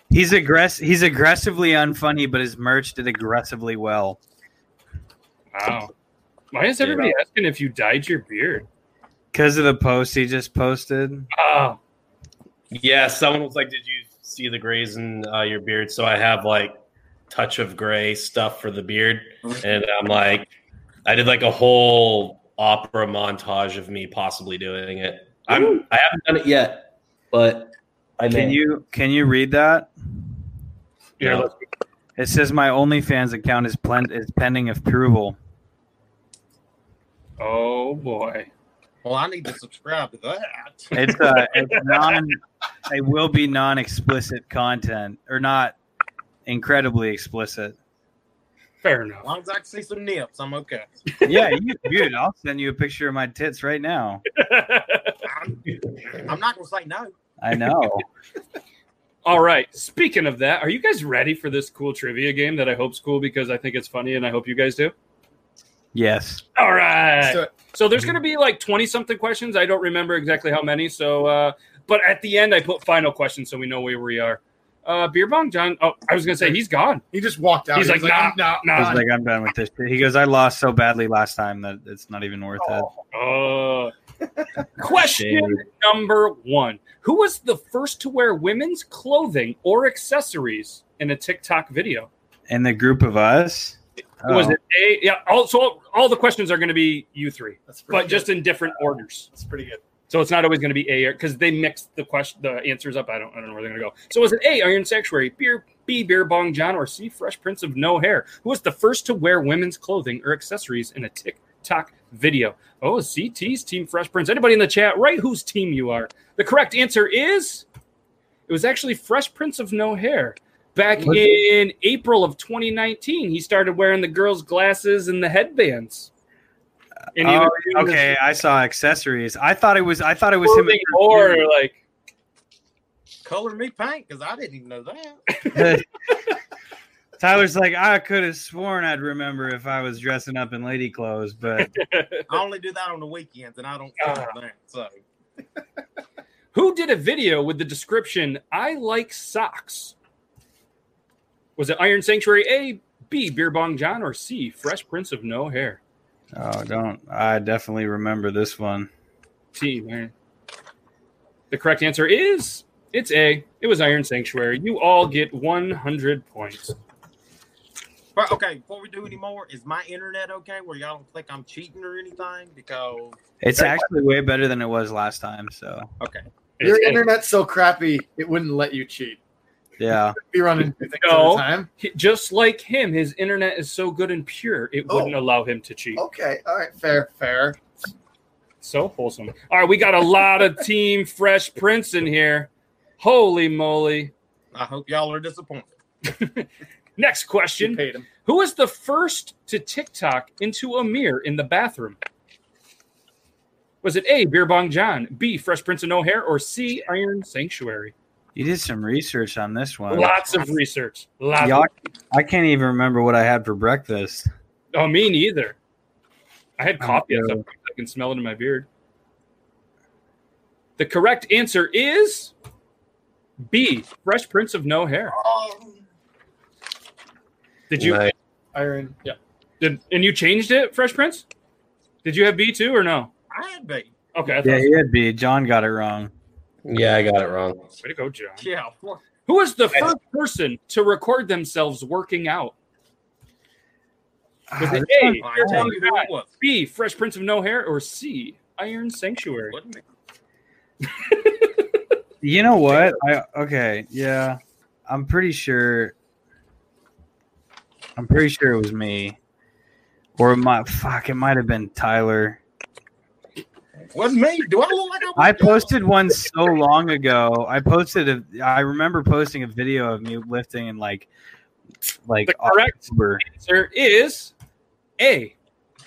Speaker 6: He's aggress. He's aggressively unfunny, but his merch did aggressively well.
Speaker 1: Wow. Why is everybody asking if you dyed your beard?
Speaker 6: Because of the post he just posted.
Speaker 1: Oh,
Speaker 7: Yeah, someone was like, "Did you see the grays in uh, your beard?" So I have like touch of gray stuff for the beard,
Speaker 8: Mm-hmm.
Speaker 7: and I'm like, I did like a whole opera montage of me possibly doing it. I'm I haven't done it yet, but I
Speaker 6: Can
Speaker 7: may.
Speaker 6: you can you read that?
Speaker 1: here,
Speaker 7: Yeah.
Speaker 1: let's-
Speaker 6: It says my OnlyFans account is plen- is pending approval.
Speaker 1: oh boy.
Speaker 8: Well, I need to subscribe to that.
Speaker 6: It's uh, it's non. It will be non-explicit content or not incredibly explicit.
Speaker 1: Fair
Speaker 8: As
Speaker 1: enough.
Speaker 8: long as I can see some nips, I'm okay.
Speaker 6: Yeah, you, dude, I'll send you a picture of my tits right now.
Speaker 8: I'm, I'm not gonna say no.
Speaker 6: I know.
Speaker 1: All right. Speaking of that, are you guys ready for this cool trivia game that I hope's cool because I think it's funny and I hope you guys do?
Speaker 6: Yes.
Speaker 1: All right.
Speaker 2: So,
Speaker 1: So there's going to be like 20 something questions. I don't remember exactly how many. So, uh, but at the end, I put final questions so we know where we are. Uh, Beer Bong John. Oh, I was going to say he's gone.
Speaker 2: he just walked out.
Speaker 1: He's
Speaker 2: He
Speaker 1: like,
Speaker 2: was
Speaker 1: nah,
Speaker 2: "I'm
Speaker 6: He's
Speaker 2: not-
Speaker 6: like, I'm done with this. shit." He goes, I lost so badly last time that it's not even worth it.
Speaker 1: Uh, question number one Who was the first to wear women's clothing or accessories in a TikTok video?
Speaker 6: And the group of us
Speaker 1: Was
Speaker 6: Oh.
Speaker 1: it A? Yeah. All, so all, all the questions are going to be you three,
Speaker 2: That's pretty
Speaker 1: but
Speaker 2: good.
Speaker 1: just in different orders.
Speaker 2: that's pretty good.
Speaker 1: So it's not always going to be A because they mix the question, the answers up. I don't, I don't know where they're going to go. So was it A, Iron Sanctuary, Beer, B, Beer Bong John, or C, Fresh Prince of No Hair? Who was the first to wear women's clothing or accessories in a TikTok video? Oh, CT's Team Fresh Prince. Anybody in the chat, right? Whose team you are? The correct answer is it was actually Fresh Prince of No Hair. Back
Speaker 2: Was
Speaker 1: in April of 2019, he started wearing the girls' glasses and the headbands. And he
Speaker 6: Oh,
Speaker 1: was doing this
Speaker 6: okay, I saw accessories. I thought it was. I thought it was him.
Speaker 1: clothing or like
Speaker 8: Color me pink because I didn't even know that.
Speaker 6: Tyler's like, I could have sworn I'd remember if I was dressing up in lady clothes, but
Speaker 8: I only do that on the weekends, and I don't
Speaker 1: Ah.
Speaker 8: count that. So
Speaker 1: Who did a video with the description "I like socks"? Was it Iron Sanctuary A, B, Beer Bong John, or C, Fresh Prince of No Hair?
Speaker 6: oh, don't. I definitely remember this one.
Speaker 1: T. man. The correct answer is it's A. It was Iron Sanctuary. You all get 100 points.
Speaker 8: But okay, before we do any more, is my internet okay? Where y'all don't think I'm cheating or anything? Because
Speaker 6: It's actually way better than it was last time. So
Speaker 8: okay,
Speaker 2: Your
Speaker 1: It's A.
Speaker 2: internet's so crappy it wouldn't let you cheat.
Speaker 6: yeah,
Speaker 2: Be running two things
Speaker 1: No.
Speaker 2: at a time.
Speaker 1: He- Just like him, his internet is so good and pure, it
Speaker 2: Oh.
Speaker 1: wouldn't allow him to cheat.
Speaker 2: Okay, all right, fair, fair.
Speaker 1: So wholesome. All right, we got a lot of Team Fresh Prince in here. Holy moly.
Speaker 8: I hope y'all are disappointed.
Speaker 1: Next
Speaker 2: You
Speaker 1: question.
Speaker 2: paid him.
Speaker 1: Who was the first to TikTok into a mirror in the bathroom? Was it A, Beer Bong John, B, Fresh Prince of No Hair, or C, Iron Sanctuary?
Speaker 6: you did some research on this one.
Speaker 1: Lots of research. Lots
Speaker 6: Y'all, I can't even remember what I had for breakfast.
Speaker 1: of, oh, me neither. I had
Speaker 6: Oh,
Speaker 1: coffee. at
Speaker 6: no.
Speaker 1: some point. I can smell it in my beard. The correct answer is B, Fresh Prince of No Hair. Did you
Speaker 7: Nice.
Speaker 2: Iron. Yeah.
Speaker 1: did, and you changed it, Fresh Prince? Did you have B too or no?
Speaker 8: I had been.
Speaker 1: Okay, I thought
Speaker 6: Yeah, he had be. John got it wrong.
Speaker 7: Yeah, I got it wrong.
Speaker 1: way to go, John.
Speaker 8: Yeah, what-
Speaker 1: Who was the first person to record themselves working out? Was
Speaker 6: Ah,
Speaker 1: it
Speaker 6: this
Speaker 1: A,
Speaker 6: one-
Speaker 8: I
Speaker 1: Beer
Speaker 8: tell
Speaker 1: Bong
Speaker 8: you who
Speaker 1: John,
Speaker 8: it was.
Speaker 1: B, Fresh Prince of No Hair, or C, Iron Sanctuary?
Speaker 8: Wasn't it?
Speaker 6: You know what? I okay, yeah. I'm pretty sure I'm pretty sure it was me. Or it might fuck, it might have been Tyler.
Speaker 8: Wasn't me. Do I look like I was
Speaker 6: I
Speaker 8: doing it?
Speaker 6: posted one so long ago. I posted a I remember posting a video of me lifting in like like
Speaker 1: The correct-
Speaker 6: October.
Speaker 1: Answer is A.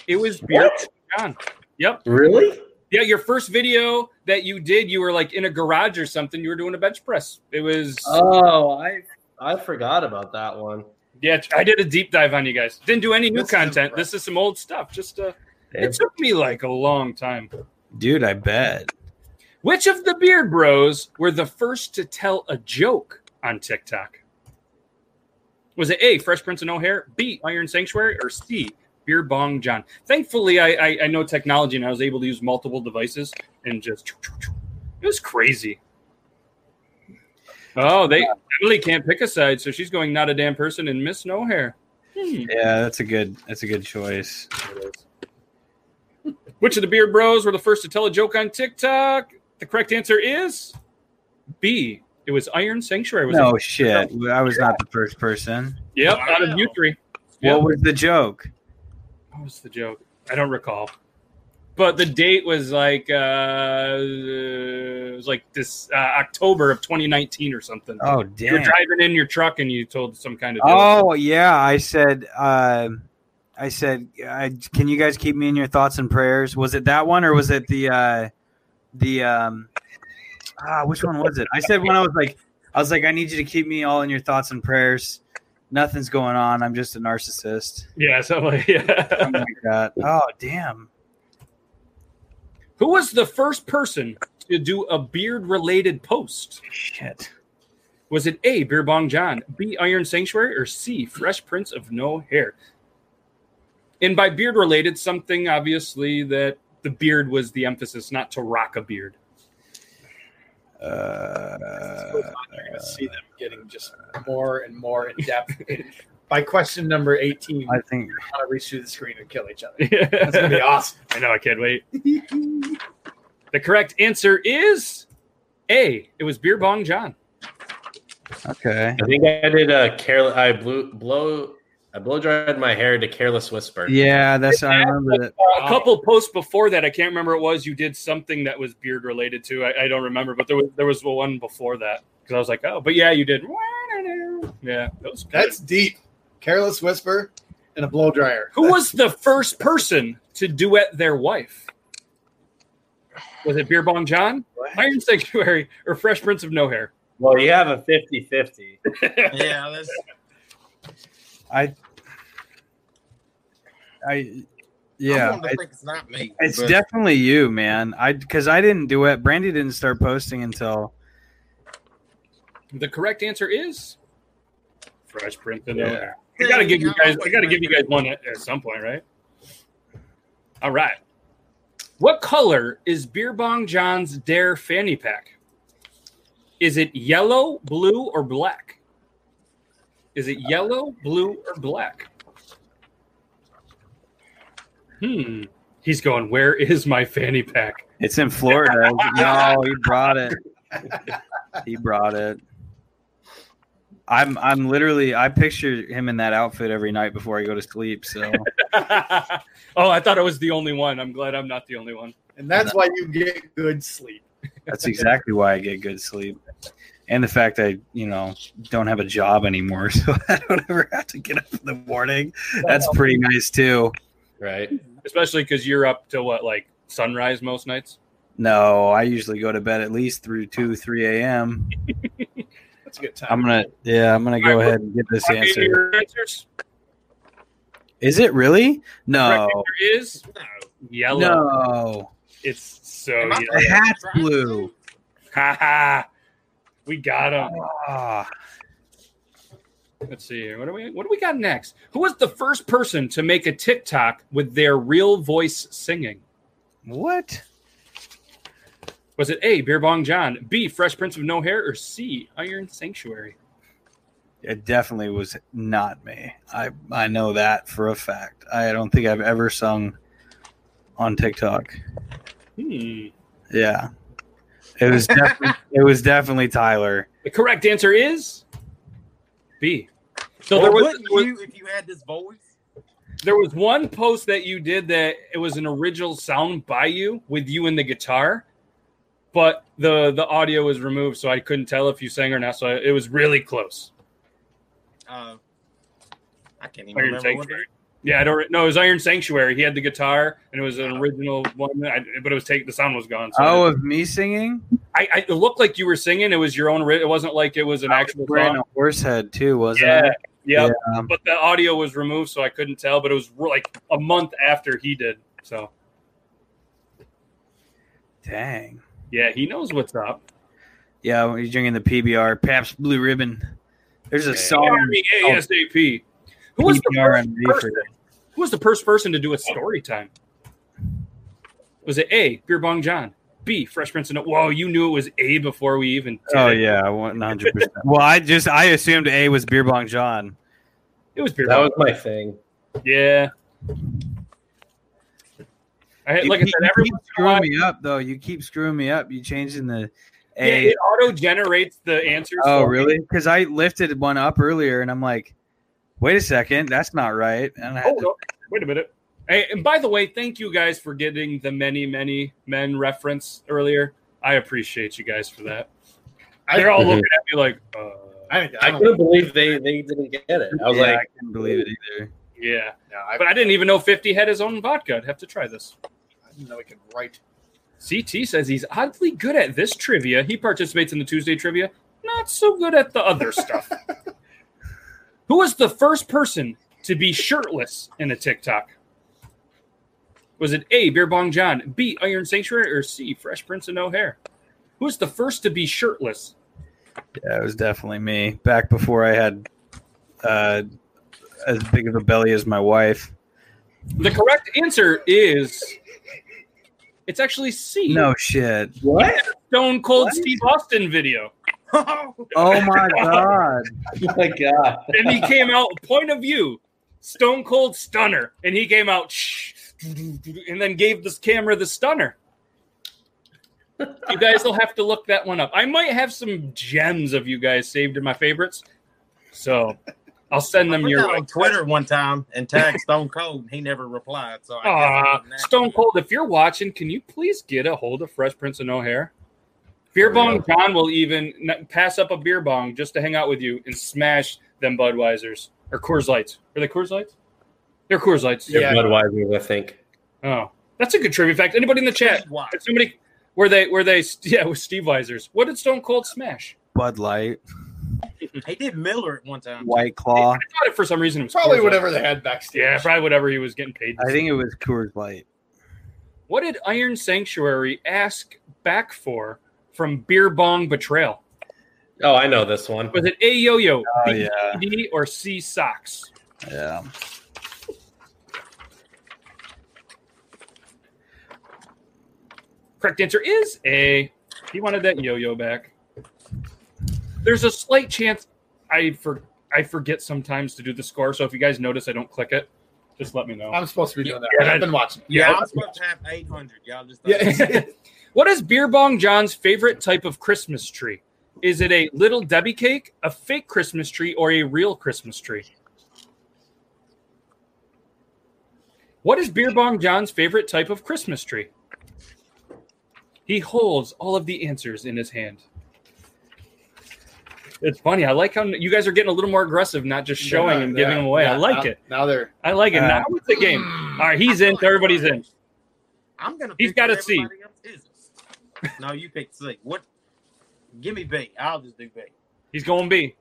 Speaker 1: It was Beer Bong John. Yep.
Speaker 7: Really?
Speaker 1: Yeah, your first video that you did, you were like in a garage or something. You were doing a bench press. It was
Speaker 7: Oh, I I forgot about that one.
Speaker 1: yeah. I did a deep dive on you guys. Didn't do any new
Speaker 2: This is
Speaker 1: content.
Speaker 2: impressive.
Speaker 1: This is some old stuff. Just uh, it took me like a long time.
Speaker 6: Dude, I bet.
Speaker 1: Which of the Beard Bros were the first to tell a joke on TikTok? Was it A, Fresh Prince of No Hair, B, Iron Sanctuary, or C, Beer Bong John. Thankfully, I, I, I know technology and I was able to use multiple devices and just. It was crazy. Oh, they Emily can't pick a side, so she's going not a damn person and Miss No Hair. Hmm.
Speaker 6: Yeah, that's a good that's a good choice.
Speaker 1: Which of the Beard Bros were the first to tell a joke on TikTok? The correct answer is B. It was Iron Sanctuary. Was
Speaker 6: No
Speaker 1: it?
Speaker 6: shit. I was not the first person.
Speaker 1: Yep, out of you three. Yep.
Speaker 6: What was the joke?
Speaker 1: What was the joke? I don't recall. But the date was like uh, it was like this uh, October of 2019 or something. you
Speaker 6: Oh
Speaker 1: were
Speaker 6: damn.
Speaker 1: driving in your truck and you told some kind of joke.
Speaker 6: Oh yeah, I said uh, I said I, can you guys keep me in your thoughts and prayers? Was it that one or was it the uh, the um ah, which one was it? I said when I was like I was like I need you to keep me all in your thoughts and prayers. Nothing's going on. I'm just a narcissist.
Speaker 1: yeah, something like yeah.
Speaker 6: Something like that. Oh damn.
Speaker 1: Who was the first person to do a beard related post?
Speaker 6: Shit.
Speaker 1: Was it A, Beer Bong John, B, Iron Sanctuary, or C, Fresh Prince of No Hair? And by beard related, something obviously that the beard was the emphasis, not to rock a beard.
Speaker 6: Uh,
Speaker 2: You're going to see them getting just more and more in depth. By question number 18,
Speaker 6: I think
Speaker 2: how to reach through the screen and kill each other. That's going to be
Speaker 1: I
Speaker 2: awesome.
Speaker 1: know, I can't wait. The correct answer is A, it was Beer Bong John.
Speaker 6: okay.
Speaker 7: I think I did a careless. I blew blow. I blow dried my hair to Careless Whisper.
Speaker 6: Yeah, that's I remember that.
Speaker 1: Uh, a couple posts before that, I can't remember what it was. You did something that was beard related to. I, I don't remember, but there was there was one before that because I was like, oh, but yeah, you did. Yeah, that was good.
Speaker 2: That's deep. Careless whisper and a blow dryer.
Speaker 1: Who was the first person to duet their wife? Was it Beer Bong John, Iron Sanctuary, or Fresh Prince of No Hair?
Speaker 7: Well, you have a 50-50.
Speaker 8: Yeah, that's
Speaker 6: I, I,
Speaker 8: yeah. I
Speaker 6: yeah,
Speaker 8: wanted to
Speaker 6: it-
Speaker 8: think it's not me.
Speaker 6: it's
Speaker 8: but-
Speaker 6: definitely you, man. I because I didn't do it. Brandy didn't start posting until
Speaker 1: The correct answer is Fresh Prince of No
Speaker 6: Yeah.
Speaker 1: Hair. I gotta give you guys. I gotta give you guys one at, at some point, right? All right. What color is Beer Bong John's Dare fanny pack? Is it yellow, blue, or black? Is it yellow, blue, or black? Hmm. He's going. Where is my fanny pack?
Speaker 6: it's in Florida. no, he brought it. He brought it. I'm I'm literally I picture him in that outfit every night before I go to sleep. So
Speaker 1: oh, I thought I was the only one. I'm glad I'm not the only one.
Speaker 2: And that's why you get good sleep.
Speaker 6: that's exactly why I get good sleep. And the fact I, you know, don't have a job anymore, so I don't ever have to get up in the morning. That's pretty nice too.
Speaker 7: Right.
Speaker 1: Especially because you're up till what, like sunrise most nights.
Speaker 6: No, I usually go to bed at least through two, three a.m.
Speaker 2: That's a good time.
Speaker 6: I'm gonna, yeah, I'm gonna go ahead and get this
Speaker 1: Any of
Speaker 6: answer.
Speaker 1: your answers?
Speaker 6: Is it really? No,
Speaker 1: Correct answer is yellow.
Speaker 6: no,
Speaker 1: It's so
Speaker 8: Am I-
Speaker 1: yellow.
Speaker 6: the hat's blue.
Speaker 1: Ha ha. We got him.
Speaker 6: Ah,
Speaker 1: Let's see here. What do we what do we got next? Who was the first person to make a TikTok with their real voice singing?
Speaker 6: what?
Speaker 1: Was it A, Beer Bong John, B, Fresh Prince of No Hair, or C, Iron Sanctuary?
Speaker 6: It definitely was not me. I I know that for a fact. I don't think I've ever sung on TikTok.
Speaker 1: Hmm.
Speaker 6: Yeah. It was definitely, it was definitely Tyler.
Speaker 1: The correct answer is B. So
Speaker 8: Or
Speaker 1: there was,
Speaker 8: wouldn't
Speaker 1: there was
Speaker 8: you if you had this voice?
Speaker 1: there was one post that you did that it was an original sound by you with you and the guitar but the the audio was removed so i couldn't tell if you sang or not so it was really close
Speaker 8: Uh, I can't even
Speaker 1: iron
Speaker 8: remember what
Speaker 1: sanctuary yeah i don't no it was iron sanctuary he had the guitar and it was an original one I, but it was take the sound was gone so
Speaker 6: Oh, of me singing?
Speaker 1: I, I it looked like you were singing it was your own ri- it wasn't like it was an actual
Speaker 6: Wearing
Speaker 1: song
Speaker 6: a horse head too, wasn't
Speaker 1: yeah
Speaker 6: it?
Speaker 1: yep.
Speaker 6: Yeah.
Speaker 1: but the audio was removed so i couldn't tell but it was re- like a month after he did so
Speaker 6: Dang.
Speaker 1: yeah he knows what's up
Speaker 6: Yeah, when you're drinking the PBR, Pabst Blue Ribbon. There's a
Speaker 7: Yeah.
Speaker 6: song
Speaker 1: Army ASAP. Who was the first
Speaker 6: PBR and
Speaker 1: person
Speaker 6: Reefer.
Speaker 1: Who was the first person to do a story time? Was it A. Beer Bong John? B. Fresh Prince of Whoa, you knew it was A before we even. did
Speaker 6: Oh
Speaker 1: it.
Speaker 6: yeah, one hundred percent. Well, I just I assumed A was beer bong John.
Speaker 1: it was Beer
Speaker 7: That
Speaker 1: Bong.
Speaker 7: was my thing.
Speaker 1: yeah. I had, like I
Speaker 6: You-
Speaker 1: said,
Speaker 6: you
Speaker 1: every
Speaker 6: keep
Speaker 1: once in a
Speaker 6: screwing
Speaker 1: while-
Speaker 6: me up though. You keep screwing me up. You changing the
Speaker 1: yeah,
Speaker 6: A.
Speaker 1: it auto generates the answers.
Speaker 6: oh
Speaker 1: for me.
Speaker 6: really? Because I lifted one up earlier, and I'm like, wait a second, that's not right. And I had
Speaker 1: Hold
Speaker 6: to-
Speaker 1: up. Oh, Wait a minute. Hey, and by the way, thank you guys for getting the many, many men reference earlier. I appreciate you guys for that.
Speaker 2: I-
Speaker 1: They're all
Speaker 6: Mm-hmm.
Speaker 7: Mhm.
Speaker 1: looking at me like, uh,
Speaker 2: I,
Speaker 7: I
Speaker 2: I don't
Speaker 7: couldn't believe they, they didn't get it. I was
Speaker 6: Yeah,
Speaker 7: like,
Speaker 6: I couldn't believe it either.
Speaker 1: yeah.
Speaker 2: know. I,
Speaker 1: But I didn't even know 50 had his own vodka. I'd have to try this.
Speaker 2: I didn't know he could write.
Speaker 1: CT says he's oddly good at this trivia. He participates in the Tuesday trivia, not so good at the other stuff. Who was the first person to be shirtless in a TikTok? Was it A, Beer Bong John, B, Iron Sanctuary, or C, Fresh Prince of No Hair? Who was the first to be shirtless?
Speaker 6: Yeah, it was definitely me. Back before I had uh, as big of a belly as my wife.
Speaker 1: The correct answer is it's actually C.
Speaker 6: No shit.
Speaker 1: Stone Cold
Speaker 6: What?
Speaker 1: Steve Austin video.
Speaker 6: Oh my god.
Speaker 7: oh my God.
Speaker 1: and he came out point of view stone cold stunner and he came out shh, and then gave this camera the stunner you guys will have to look that one up i might have some gems of you guys saved in my favorites so i'll send them
Speaker 8: I
Speaker 1: your
Speaker 8: got
Speaker 1: way
Speaker 8: on Twitter one time and tagged Stone Cold. and He never replied. So I
Speaker 1: Aw,
Speaker 8: guess I'm not-
Speaker 1: stone cold if you're watching can you please get a hold of fresh prince of no hair beer bong john will even n- pass up a beer bong just to hang out with you and smash them budweisers or coors lights are they coors lights they're coors lights
Speaker 7: They're
Speaker 2: Yeah.
Speaker 7: Budweiser's, I think.
Speaker 1: Oh, that's a good trivia fact. Anybody in the chat?
Speaker 8: Why?
Speaker 1: If Somebody were they were they? Yeah, with Steve Weiser's. What did Stone Cold smash?
Speaker 6: Bud Light,
Speaker 8: He did Miller at one time.
Speaker 6: White Claw.
Speaker 1: I thought it for some reason. It was Coors
Speaker 2: Probably
Speaker 1: Light.
Speaker 2: whatever they had backstage.
Speaker 1: Yeah, probably whatever he was getting paid.
Speaker 6: I think it was Coors Light.
Speaker 1: What did Iron Sanctuary ask back for from Beer Bong Betrayal?
Speaker 7: Oh, I know this one.
Speaker 1: Was it A Yo Yo,
Speaker 6: Oh
Speaker 1: B
Speaker 6: yeah,
Speaker 1: D, or C Socks?
Speaker 6: yeah.
Speaker 1: Correct answer is A. He wanted that yo-yo back. There's a slight chance I for I forget sometimes to do the score, so if you guys notice I don't click it, just let me know.
Speaker 2: I'm supposed to be doing that.
Speaker 1: Yeah,
Speaker 2: I've been watching.
Speaker 8: Yeah, I'm supposed to have 800. Y'all just
Speaker 2: Yeah.
Speaker 1: What is Beer Bong John's favorite type of Christmas tree? Is it a little Debbie cake, a fake Christmas tree, or a real Christmas tree? What is Beer Bong John's favorite type of Christmas tree? He holds all of the answers in his hand. It's funny. I like how you guys are getting a little more aggressive, not just showing and giving them away. I like it.
Speaker 2: Now they're
Speaker 1: I like it. Now it's the game. All right, he's in. Everybody's in.
Speaker 8: I'm gonna.
Speaker 1: He's
Speaker 8: pick
Speaker 1: got
Speaker 8: what
Speaker 1: a C.
Speaker 8: everybody else isn't. No, you pick C. What? Give me B. I'll just do B.
Speaker 1: He's going B.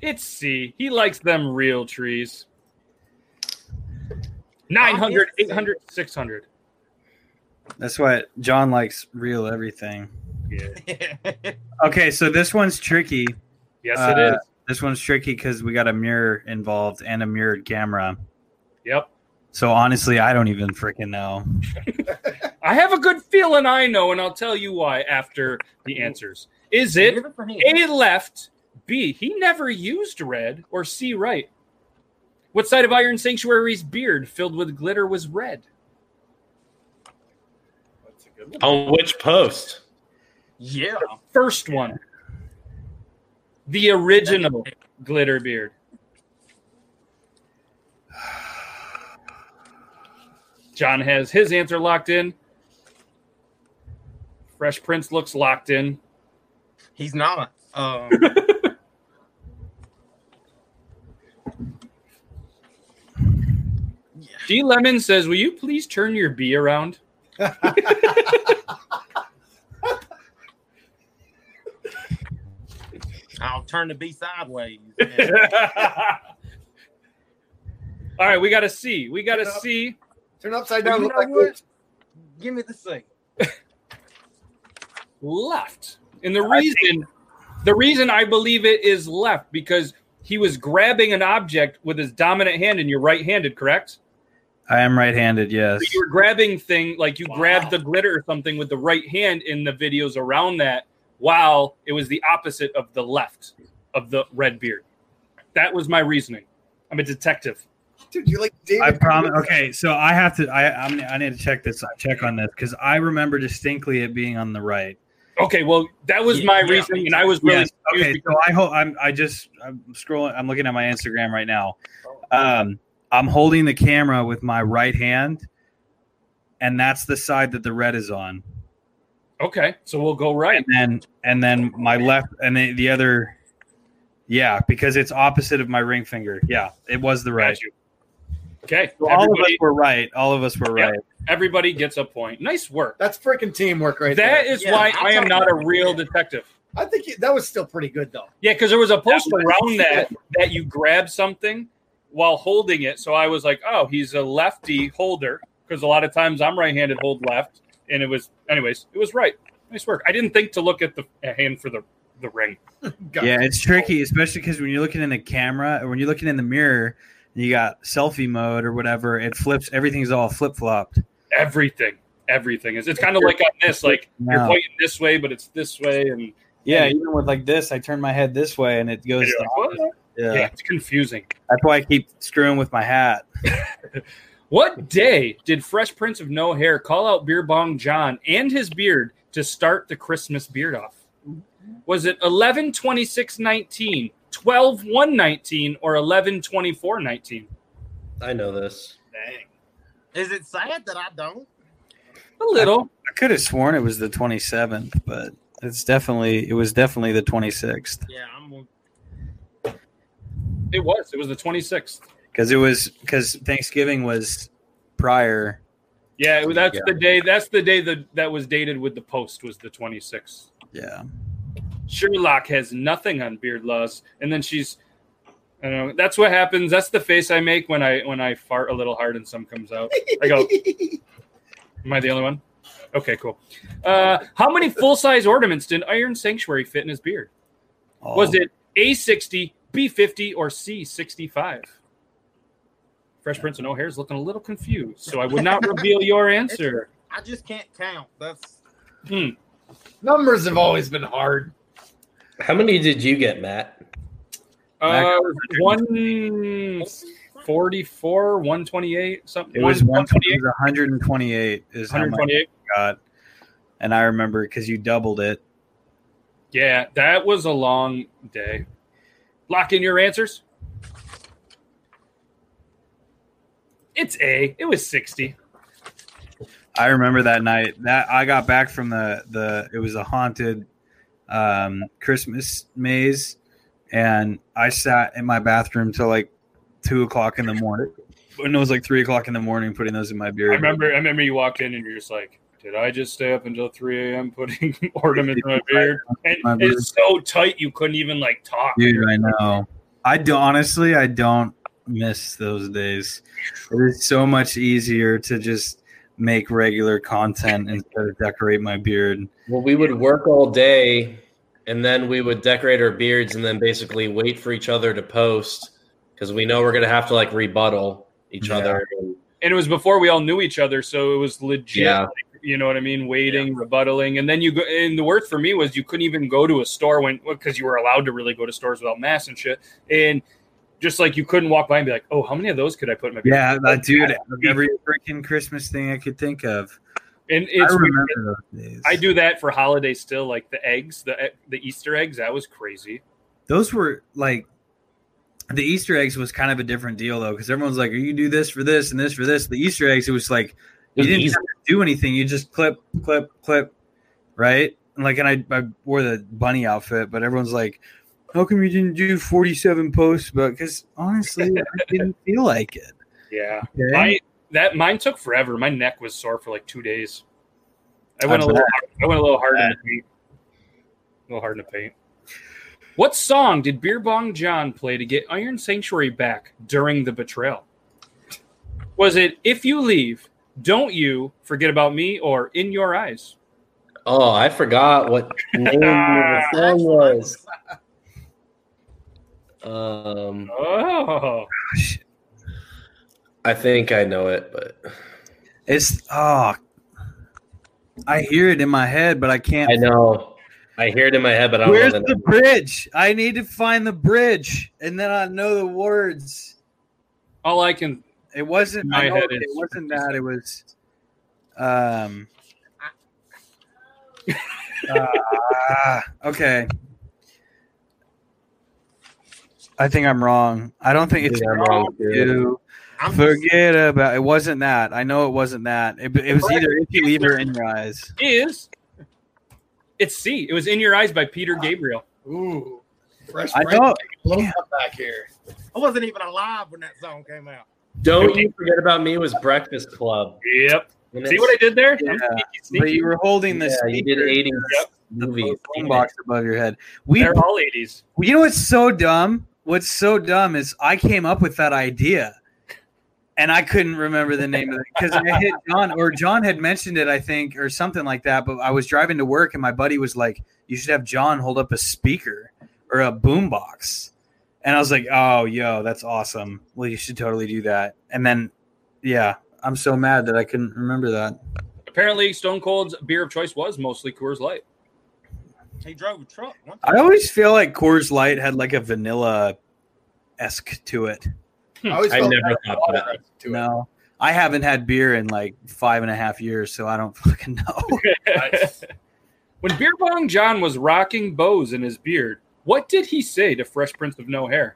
Speaker 1: It's C. He likes them real trees. 900, 800, 600.
Speaker 6: That's why John likes real everything.
Speaker 8: Yeah.
Speaker 6: Okay, so this one's tricky.
Speaker 1: Yes, it
Speaker 6: Uh,
Speaker 1: is.
Speaker 6: This one's tricky because we got a mirror involved and a mirrored camera.
Speaker 1: Yep.
Speaker 6: So honestly, I don't even freaking know.
Speaker 1: I have a good feeling I know, and I'll tell you why after the answers. Is it
Speaker 8: for him.
Speaker 1: A left, B, he never used red, or C right? What side of Iron Sanctuary's beard filled with glitter was red?
Speaker 7: On which post?
Speaker 8: Yeah.
Speaker 1: First one. The original glitter beard. John has his answer locked in. Fresh Prince looks locked in.
Speaker 8: He's not. Um, yeah.
Speaker 1: D Lemon says, Will you please turn your B around?
Speaker 8: I'll turn the B sideways.
Speaker 1: All right, we got a C. We got a C.
Speaker 2: turn upside
Speaker 8: Well,
Speaker 2: down.
Speaker 8: you
Speaker 2: look
Speaker 8: know
Speaker 2: like
Speaker 8: what?
Speaker 2: boobs.
Speaker 8: Give me the C.
Speaker 1: left. And the reason the reason I believe it is left because he was grabbing an object with his dominant hand, and you're right-handed, correct?
Speaker 6: I am right-handed. Yes.
Speaker 1: So you were grabbing thing like you
Speaker 3: Wow.
Speaker 1: grabbed the glitter or something with the right hand in the videos around that. While it was the opposite of the left of the red beard. That was my reasoning. I'm a detective.
Speaker 2: "Oh, Dude, you're like David.
Speaker 6: I promise. Okay, so I have to. I I'm, I need to check this. Check on this because I remember distinctly it being on the right.
Speaker 1: Okay, well, that was
Speaker 5: Yeah,
Speaker 1: my
Speaker 5: yeah, me
Speaker 1: reasoning, and
Speaker 5: too.
Speaker 1: I was really
Speaker 6: Yes.
Speaker 1: confused
Speaker 6: Okay. So I hope I'm. I just I'm scrolling. I'm looking at my Instagram right now. Um, I'm holding the camera with my right hand, and that's the side that the red is on.
Speaker 1: Okay, so we'll go right.
Speaker 6: And then and then my left and the, the other. Yeah, because it's opposite of my ring finger. Yeah, it was the right.
Speaker 1: Got you. Okay,
Speaker 6: So all of us
Speaker 1: everybody,
Speaker 6: were right. All of us were
Speaker 1: Yeah.
Speaker 6: right.
Speaker 1: everybody gets a point. Nice work.
Speaker 2: That's freaking teamwork right
Speaker 1: That
Speaker 2: there.
Speaker 1: is
Speaker 5: Yeah,
Speaker 1: why
Speaker 5: I'll
Speaker 1: I am
Speaker 5: take
Speaker 1: not a
Speaker 5: that.
Speaker 1: real detective.
Speaker 2: I think you, that was still pretty good though.
Speaker 1: Yeah, because there was a post
Speaker 2: was-
Speaker 1: around that that you grab something while holding it. So I was like, oh, he's a lefty holder because a lot of times I'm right-handed, hold left, and it was, anyways, it was right. Nice work. I didn't think to look at the uh, hand for the the ring.
Speaker 2: Got
Speaker 6: Yeah, it's tricky, especially because when you're looking in the camera or when you're looking in the mirror and you got selfie mode or whatever, it flips. Everything's all flip flopped.
Speaker 1: Everything, everything is. It's kind of like on this, like you're
Speaker 6: No.
Speaker 1: pointing this way, but it's this way, and
Speaker 6: Yeah, even with like this, I turn my head this way and it goes.
Speaker 1: you're like, what?
Speaker 6: yeah.
Speaker 1: yeah, it's confusing.
Speaker 6: that's why I keep screwing with my hat.
Speaker 1: What day did Fresh Prince of No Hair call out Beer Bong John and his beard to start the Christmas beard off? Was it 11 26 19, 12 1 19, or 11 24 19?
Speaker 7: I know this.
Speaker 2: Dang.
Speaker 8: Is it sad that I don't?
Speaker 1: A little.
Speaker 6: I could have sworn it was the 27th, but it's definitely it was definitely the 26th
Speaker 8: Yeah, I'm. gonna-
Speaker 1: It was. It was the 26th.
Speaker 6: because it was because Thanksgiving was prior.
Speaker 1: Yeah, it was- that's
Speaker 7: Yeah.
Speaker 1: the day. That's the day that, that was dated with the post was the 26th.
Speaker 6: Yeah,
Speaker 1: Sherlock has nothing on beard loss, and then she's, I don't know. That's what happens. That's the face I make when I when I fart a little hard and some comes out. I go. Am I the only one? Okay, cool. Uh, how many full size ornaments did Iron Sanctuary fit in his beard?
Speaker 6: Oh,
Speaker 1: Was it A sixty, B fifty, or C sixty five? Fresh Prince of No Hair is looking a little confused, so I would not reveal your answer.
Speaker 8: I just can't count. That's
Speaker 1: Hmm.
Speaker 2: Numbers have always been hard.
Speaker 7: How many did you get, Matt?
Speaker 1: Uh, one forty four, one twenty eight, something.
Speaker 6: It was 120,
Speaker 1: 128.
Speaker 6: it was 128 is how much
Speaker 1: 128.
Speaker 6: I got, and I remember because you doubled it.
Speaker 1: Yeah, that was a long day. Lock in your answers. It's A. It was 60.
Speaker 6: I remember that night that I got back from the the it was a haunted um, Christmas maze, and I sat in my bathroom till like two o'clock in the morning. And it was like three o'clock in the morning putting those in my
Speaker 1: I
Speaker 6: beard.
Speaker 1: remember I remember you walked in and you're just like, did I just stay up until 3 a.m. putting ornaments in my beard? And it's so tight you couldn't even like talk.
Speaker 6: dude. I know. I do, honestly, I don't miss those days. It is so much easier to just make regular content instead of decorate my beard.
Speaker 7: Well, we would work all day and then we would decorate our beards and then basically wait for each other to post because we know we're going to have to like rebuttal each
Speaker 6: Yeah.
Speaker 7: other. And,
Speaker 1: And it was before we all knew each other, so it was legit.
Speaker 7: Yeah.
Speaker 1: like, you know what I mean? Waiting, rebuttaling, and then you go. And the worst for me was you couldn't even go to a store when because you were allowed to really go to stores without masks and shit. And just like you couldn't walk by and be like, oh, how many of those could I put in my? beard?"
Speaker 6: Yeah, that dude, every freaking Christmas thing I could think of.
Speaker 1: And it's
Speaker 6: I
Speaker 1: weird.
Speaker 6: remember those days.
Speaker 1: I do that for holiday still, like the eggs, the the Easter eggs. That was crazy.
Speaker 6: Those were like the Easter eggs was kind of a different deal though, because everyone's like, "You can do this for this and this for this." The Easter eggs, it was like you didn't
Speaker 7: Easy.
Speaker 6: have to do anything; you just clip, clip, clip, right? And like, and I, I wore the bunny outfit, but everyone's like, "How come you didn't do forty-seven posts?" But because honestly, I didn't feel like it.
Speaker 1: Yeah,
Speaker 6: okay?
Speaker 1: I that mine took forever. My neck was sore for like two days. I went
Speaker 6: I
Speaker 1: a little. I went a little hard in the paint. A little hard in the paint. What song did Beer Bong John play to get Iron Sanctuary back during the betrayal? Was it "If You Leave, Don't You Forget About Me" or "In Your Eyes"?
Speaker 7: oh, I forgot what name the song was. Um,
Speaker 1: Oh,
Speaker 7: I think I know it, but
Speaker 6: It's oh, I hear it in my head, but I can't.
Speaker 7: I know I hear it in my head, but I don't
Speaker 6: Where's
Speaker 7: know the
Speaker 6: the
Speaker 7: name.
Speaker 6: bridge? I need to find the bridge, and then I know the words.
Speaker 1: all I can.
Speaker 6: It wasn't.
Speaker 1: My
Speaker 6: I know
Speaker 1: head
Speaker 6: it
Speaker 1: is-
Speaker 6: wasn't that. It was. Um. Ah, okay. I think I'm wrong. I don't think it's
Speaker 7: Yeah, I'm wrong, too.
Speaker 6: to
Speaker 8: I'm
Speaker 6: forget about. It wasn't that. I know it wasn't that. It, it was either if you leave or in your eyes.
Speaker 1: is it's C. It was in your eyes by Peter Gabriel.
Speaker 2: Ooh, fresh.
Speaker 6: I
Speaker 2: I
Speaker 6: know.
Speaker 2: little comeback here.
Speaker 8: I wasn't even alive when that song came out.
Speaker 7: Don't you forget about me was Breakfast Club.
Speaker 1: Yep.
Speaker 7: And
Speaker 1: See
Speaker 7: it's-
Speaker 1: what I did there?
Speaker 6: Yeah,
Speaker 1: I'm sneaky,
Speaker 6: But
Speaker 1: sneaky.
Speaker 6: you were holding this.
Speaker 7: Yeah, you did '80s
Speaker 1: Yep.
Speaker 7: movies.
Speaker 6: phone box above your head. We
Speaker 1: They're all 80s.
Speaker 6: You know what's so dumb? What's so dumb is I came up with that idea and I couldn't remember the name of it because I hit John or John had mentioned it, I think, or something like that. But I was driving to work and my buddy was like, You should have John hold up a speaker or a boombox. And I was like, Oh, yo, that's awesome. Well, you should totally do that. And then, yeah, I'm so mad that I couldn't remember that.
Speaker 1: Apparently, Stone Cold's beer of choice was mostly Coors Light.
Speaker 8: He drove a truck. One time.
Speaker 6: I always feel like Coors Light had like a vanilla esque to it.
Speaker 2: I always
Speaker 7: I
Speaker 2: felt
Speaker 7: never
Speaker 2: bad
Speaker 7: thought
Speaker 2: about
Speaker 7: that.
Speaker 2: it to it.
Speaker 6: No, I haven't had beer in like five and a half years, so I don't fucking know.
Speaker 1: when Beer Bong John was rocking bows in his beard, what did he say to Fresh Prince of No Hair?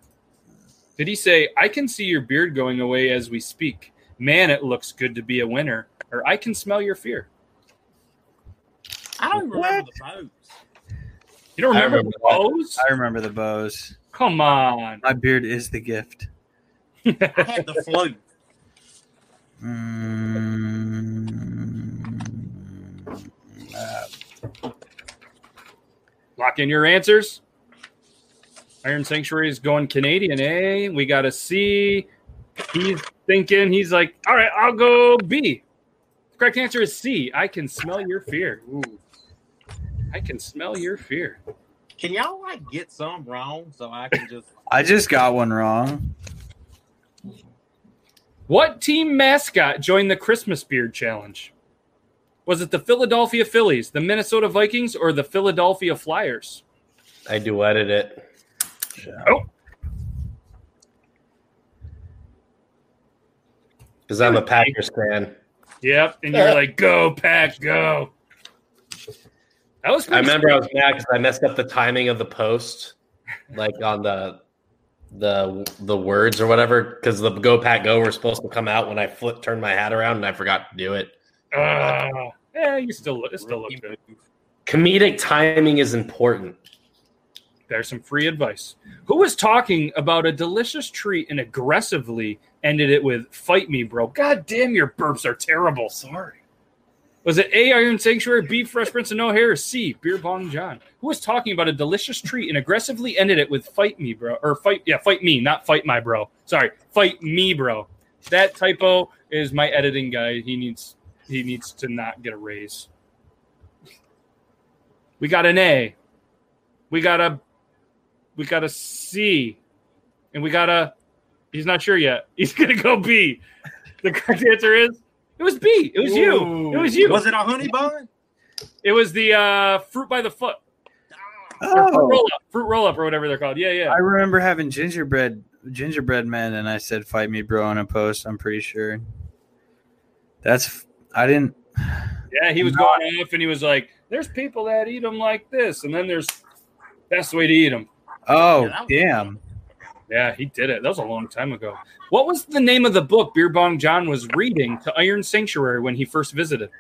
Speaker 1: Did he say, I can see your beard going away as we speak. Man, it looks good to be a winner. Or I can smell your fear.
Speaker 8: I don't even remember the boats.
Speaker 1: You don't
Speaker 7: I
Speaker 1: remember,
Speaker 7: remember that.
Speaker 1: bows?
Speaker 6: I remember the bows.
Speaker 1: Come on.
Speaker 6: My beard is the gift.
Speaker 8: I had the flu.
Speaker 6: Mm. Uh,
Speaker 1: Lock in your answers. Iron Sanctuary is going Canadian, eh? We got to see. He's thinking, he's like, all right, I'll go B. The correct answer is C. I can smell your fear.
Speaker 2: Ooh.
Speaker 1: I can smell your fear.
Speaker 8: Can y'all like get some wrong so I can just
Speaker 6: I just got one wrong.
Speaker 1: What team mascot joined the Christmas Beard Challenge? Was it the Philadelphia Phillies, the Minnesota Vikings, or the Philadelphia Flyers?
Speaker 7: I duetted it.
Speaker 1: Oh.
Speaker 7: Because I'm a Packers fan.
Speaker 1: Yep. And you're like, go, Pack, go. That was
Speaker 7: I remember I was mad because I messed up the timing of the post, like on the the the words or whatever. Because the Go Pack Go were supposed to come out when I flip turned my hat around and I forgot to do it.
Speaker 1: Uh, yeah, you still look, it still looks good.
Speaker 7: Comedic timing is important.
Speaker 1: There's some free advice. Who was talking about a delicious treat and aggressively ended it with "Fight me, bro"? God damn, your burps are terrible. Sorry. Was it A. Iron Sanctuary, B. Fresh Prince of No Hair, or C. Beer Bong John? Who was talking about a delicious treat and aggressively ended it with "Fight me, bro"? Or "Fight, yeah, fight me, not fight my bro." Sorry, fight me, bro. That typo is my editing guy. He needs he needs to not get a raise. We got an A. We got a we got a C, and we got a. He's not sure yet. He's gonna go B. The correct answer is it was B. It was you. It was you.
Speaker 8: Was it a honey bun?
Speaker 1: It was the uh, fruit by the foot, or fruit
Speaker 6: Oh,
Speaker 1: roll up, fruit roll up, or whatever they're called. Yeah, yeah.
Speaker 6: I remember having gingerbread gingerbread men, and I said, "Fight me, bro," on a post. I'm pretty sure. That's f- I didn't.
Speaker 1: Yeah, he was going off, and he was like, "There's people that eat them like this, and then there's best way to eat them."
Speaker 6: Oh
Speaker 8: Yeah, that was-
Speaker 6: damn!
Speaker 1: Yeah, he did it. That was a long time ago. What was the name of the book Beer Bong John was reading to Iron Sanctuary when he first visited?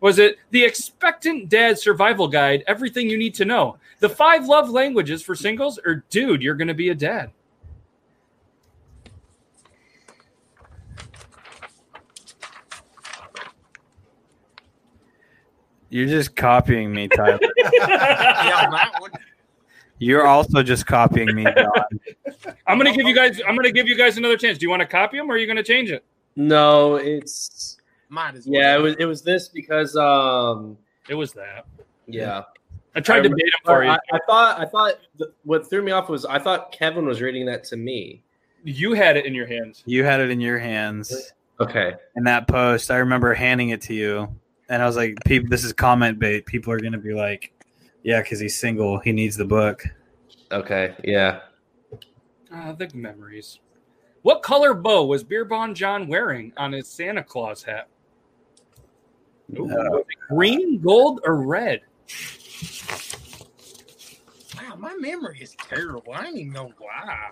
Speaker 1: Was it The Expectant Dad Survival Guide, Everything You Need to Know, The Five Love Languages for Singles, or Dude, You're Gonna Be a Dad?
Speaker 6: You're just copying me, Tyler.
Speaker 8: Yeah, that one.
Speaker 6: You're also just copying me, John.
Speaker 1: I'm gonna give you guys. I'm gonna give you guys another chance. Do you want to copy them or are you gonna change it?
Speaker 7: No, it's
Speaker 8: Might as well.
Speaker 7: yeah. It was it was this because um
Speaker 1: It was that.
Speaker 7: yeah.
Speaker 1: I tried to bait him for you.
Speaker 7: I, I thought I thought th- what threw me off was I thought Kevin was reading that to me.
Speaker 1: you had it in your hands.
Speaker 6: You had it in your hands
Speaker 7: Okay.
Speaker 6: in that post. I remember handing it to you, and I was like, "People, this is comment bait. People are gonna be like, yeah, because he's single. He needs the book."
Speaker 7: Okay. Yeah.
Speaker 1: Ah, the memories. What color bow was Beer Bond John wearing on his Santa Claus hat? Ooh, was it green, gold, or red?
Speaker 8: Wow, my memory is terrible. I ain't even gonna lie.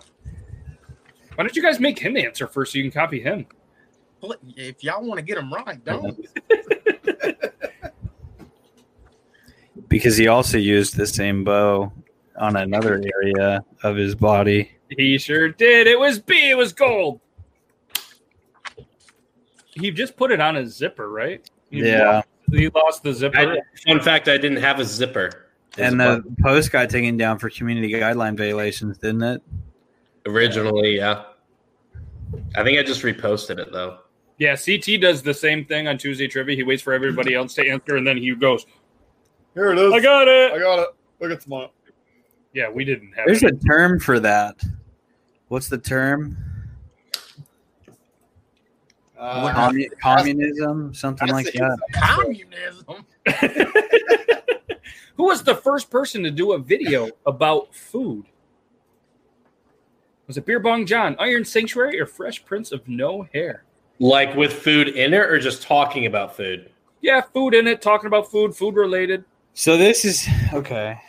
Speaker 1: Why don't you guys make him answer first so you can copy him?
Speaker 8: Pl- If y'all want to get them right, don't.
Speaker 6: Because he also used the same bow on another area of his body.
Speaker 1: He sure did. It was B. It was gold. He just put it on his zipper, right? He
Speaker 6: Yeah,
Speaker 1: Lost, he lost the zipper.
Speaker 7: I, fun fact: I didn't have a zipper.
Speaker 6: and the post got taken down for community guideline violations, didn't it?
Speaker 7: originally, yeah. I think I just reposted it though.
Speaker 1: yeah, CT does the same thing on Tuesday trivia. He waits for everybody else to answer, and then he goes,
Speaker 2: Here it is.
Speaker 1: "I got
Speaker 2: I
Speaker 1: it."
Speaker 2: got it. Look at tomorrow.
Speaker 1: Yeah, we didn't have
Speaker 6: There's
Speaker 1: it.
Speaker 6: a term for that. What's the term?
Speaker 2: Uh,
Speaker 6: Commu- communism, something like that.
Speaker 8: Communism.
Speaker 1: Who was the first person to do a video about food? Was it Beer Bong John, Iron Sanctuary, or Fresh Prince of No Hair?
Speaker 7: Like with food in it, or just talking about food.
Speaker 1: Yeah, food in it, talking about food, food related.
Speaker 6: So this is okay.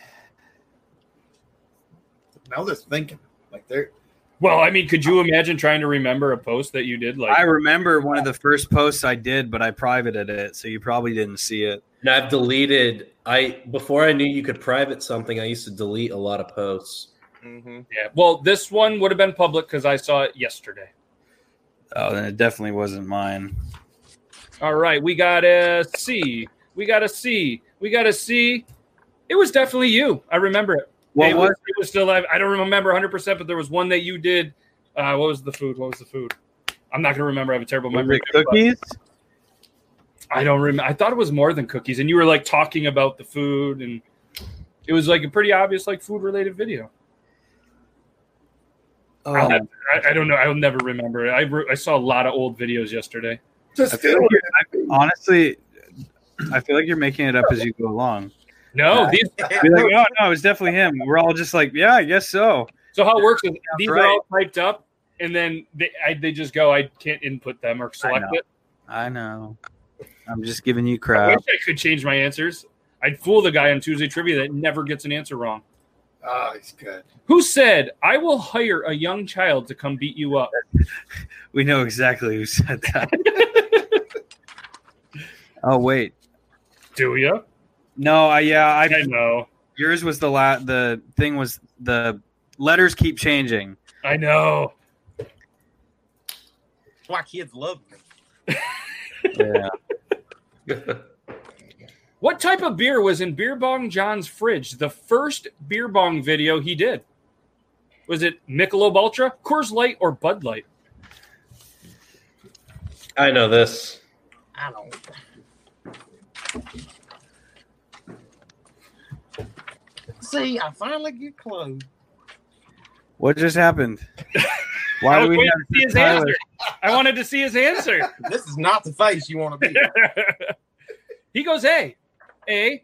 Speaker 2: now they're thinking. Like they're
Speaker 1: Well, I mean, could you imagine trying to remember a post that you did? Like,
Speaker 6: I remember one of the first posts I did, but I privated it, so you probably didn't see it.
Speaker 7: And I've deleted. I before I knew you could private something, I used to delete a lot of posts.
Speaker 1: yeah. Well, this one would have been public because I saw it yesterday.
Speaker 6: Oh, then it definitely wasn't mine.
Speaker 1: All right, we got a C. We got a C. We got a C. It was definitely you. I remember it.
Speaker 6: What
Speaker 1: it, was,
Speaker 6: was?
Speaker 1: it was still alive. I don't remember 100%, but there was one that you did. Uh, what was the food? What was the food? I'm not going to remember. I have a terrible
Speaker 6: Was
Speaker 1: memory.
Speaker 6: it cookies?
Speaker 1: but I don't remember. I thought it was more than cookies. And you were like talking about the food, and it was like a pretty obvious, like food related video.
Speaker 6: Oh,
Speaker 1: I'll
Speaker 6: I,
Speaker 1: have- I, I don't know. I'll never remember. I, re- I saw a lot of old videos yesterday.
Speaker 2: just
Speaker 6: feel
Speaker 2: do
Speaker 6: like
Speaker 2: it.
Speaker 6: you're- I- honestly, I feel like you're making it up as you go along.
Speaker 1: No, these,
Speaker 6: You're like, oh no, it was definitely him. We're all just like, yeah, I guess so.
Speaker 1: so how it works is these
Speaker 6: right.
Speaker 1: are all typed up, and then they, I, they just go, I can't input them or select
Speaker 6: know.
Speaker 1: it.
Speaker 6: I know. I'm just giving you
Speaker 1: I
Speaker 6: crap.
Speaker 1: wish I could change my answers. I'd fool the guy on Tuesday Trivia that never gets an answer wrong.
Speaker 2: Oh, he's good.
Speaker 1: Who said, I will hire a young child to come beat you up?
Speaker 6: We know exactly who said that. oh wait,
Speaker 1: Do you?
Speaker 6: no, I yeah,
Speaker 1: I
Speaker 6: I
Speaker 1: know.
Speaker 6: yours was the la- the thing was the letters keep changing.
Speaker 1: I know.
Speaker 8: That's why kids love me.
Speaker 6: Yeah.
Speaker 1: What type of beer was in Beer Bong John's fridge? The first Beer Bong video he did. Was it Michelob Ultra, Coors Light, or Bud Light?
Speaker 7: I know this.
Speaker 8: I don't. See, I finally get close.
Speaker 6: What just happened? Why
Speaker 1: I was
Speaker 6: do we
Speaker 1: waiting
Speaker 6: have
Speaker 1: to see his
Speaker 6: Tyler?
Speaker 1: answer. I wanted to see his answer.
Speaker 8: This is not the face you want to be.
Speaker 1: he goes A, A,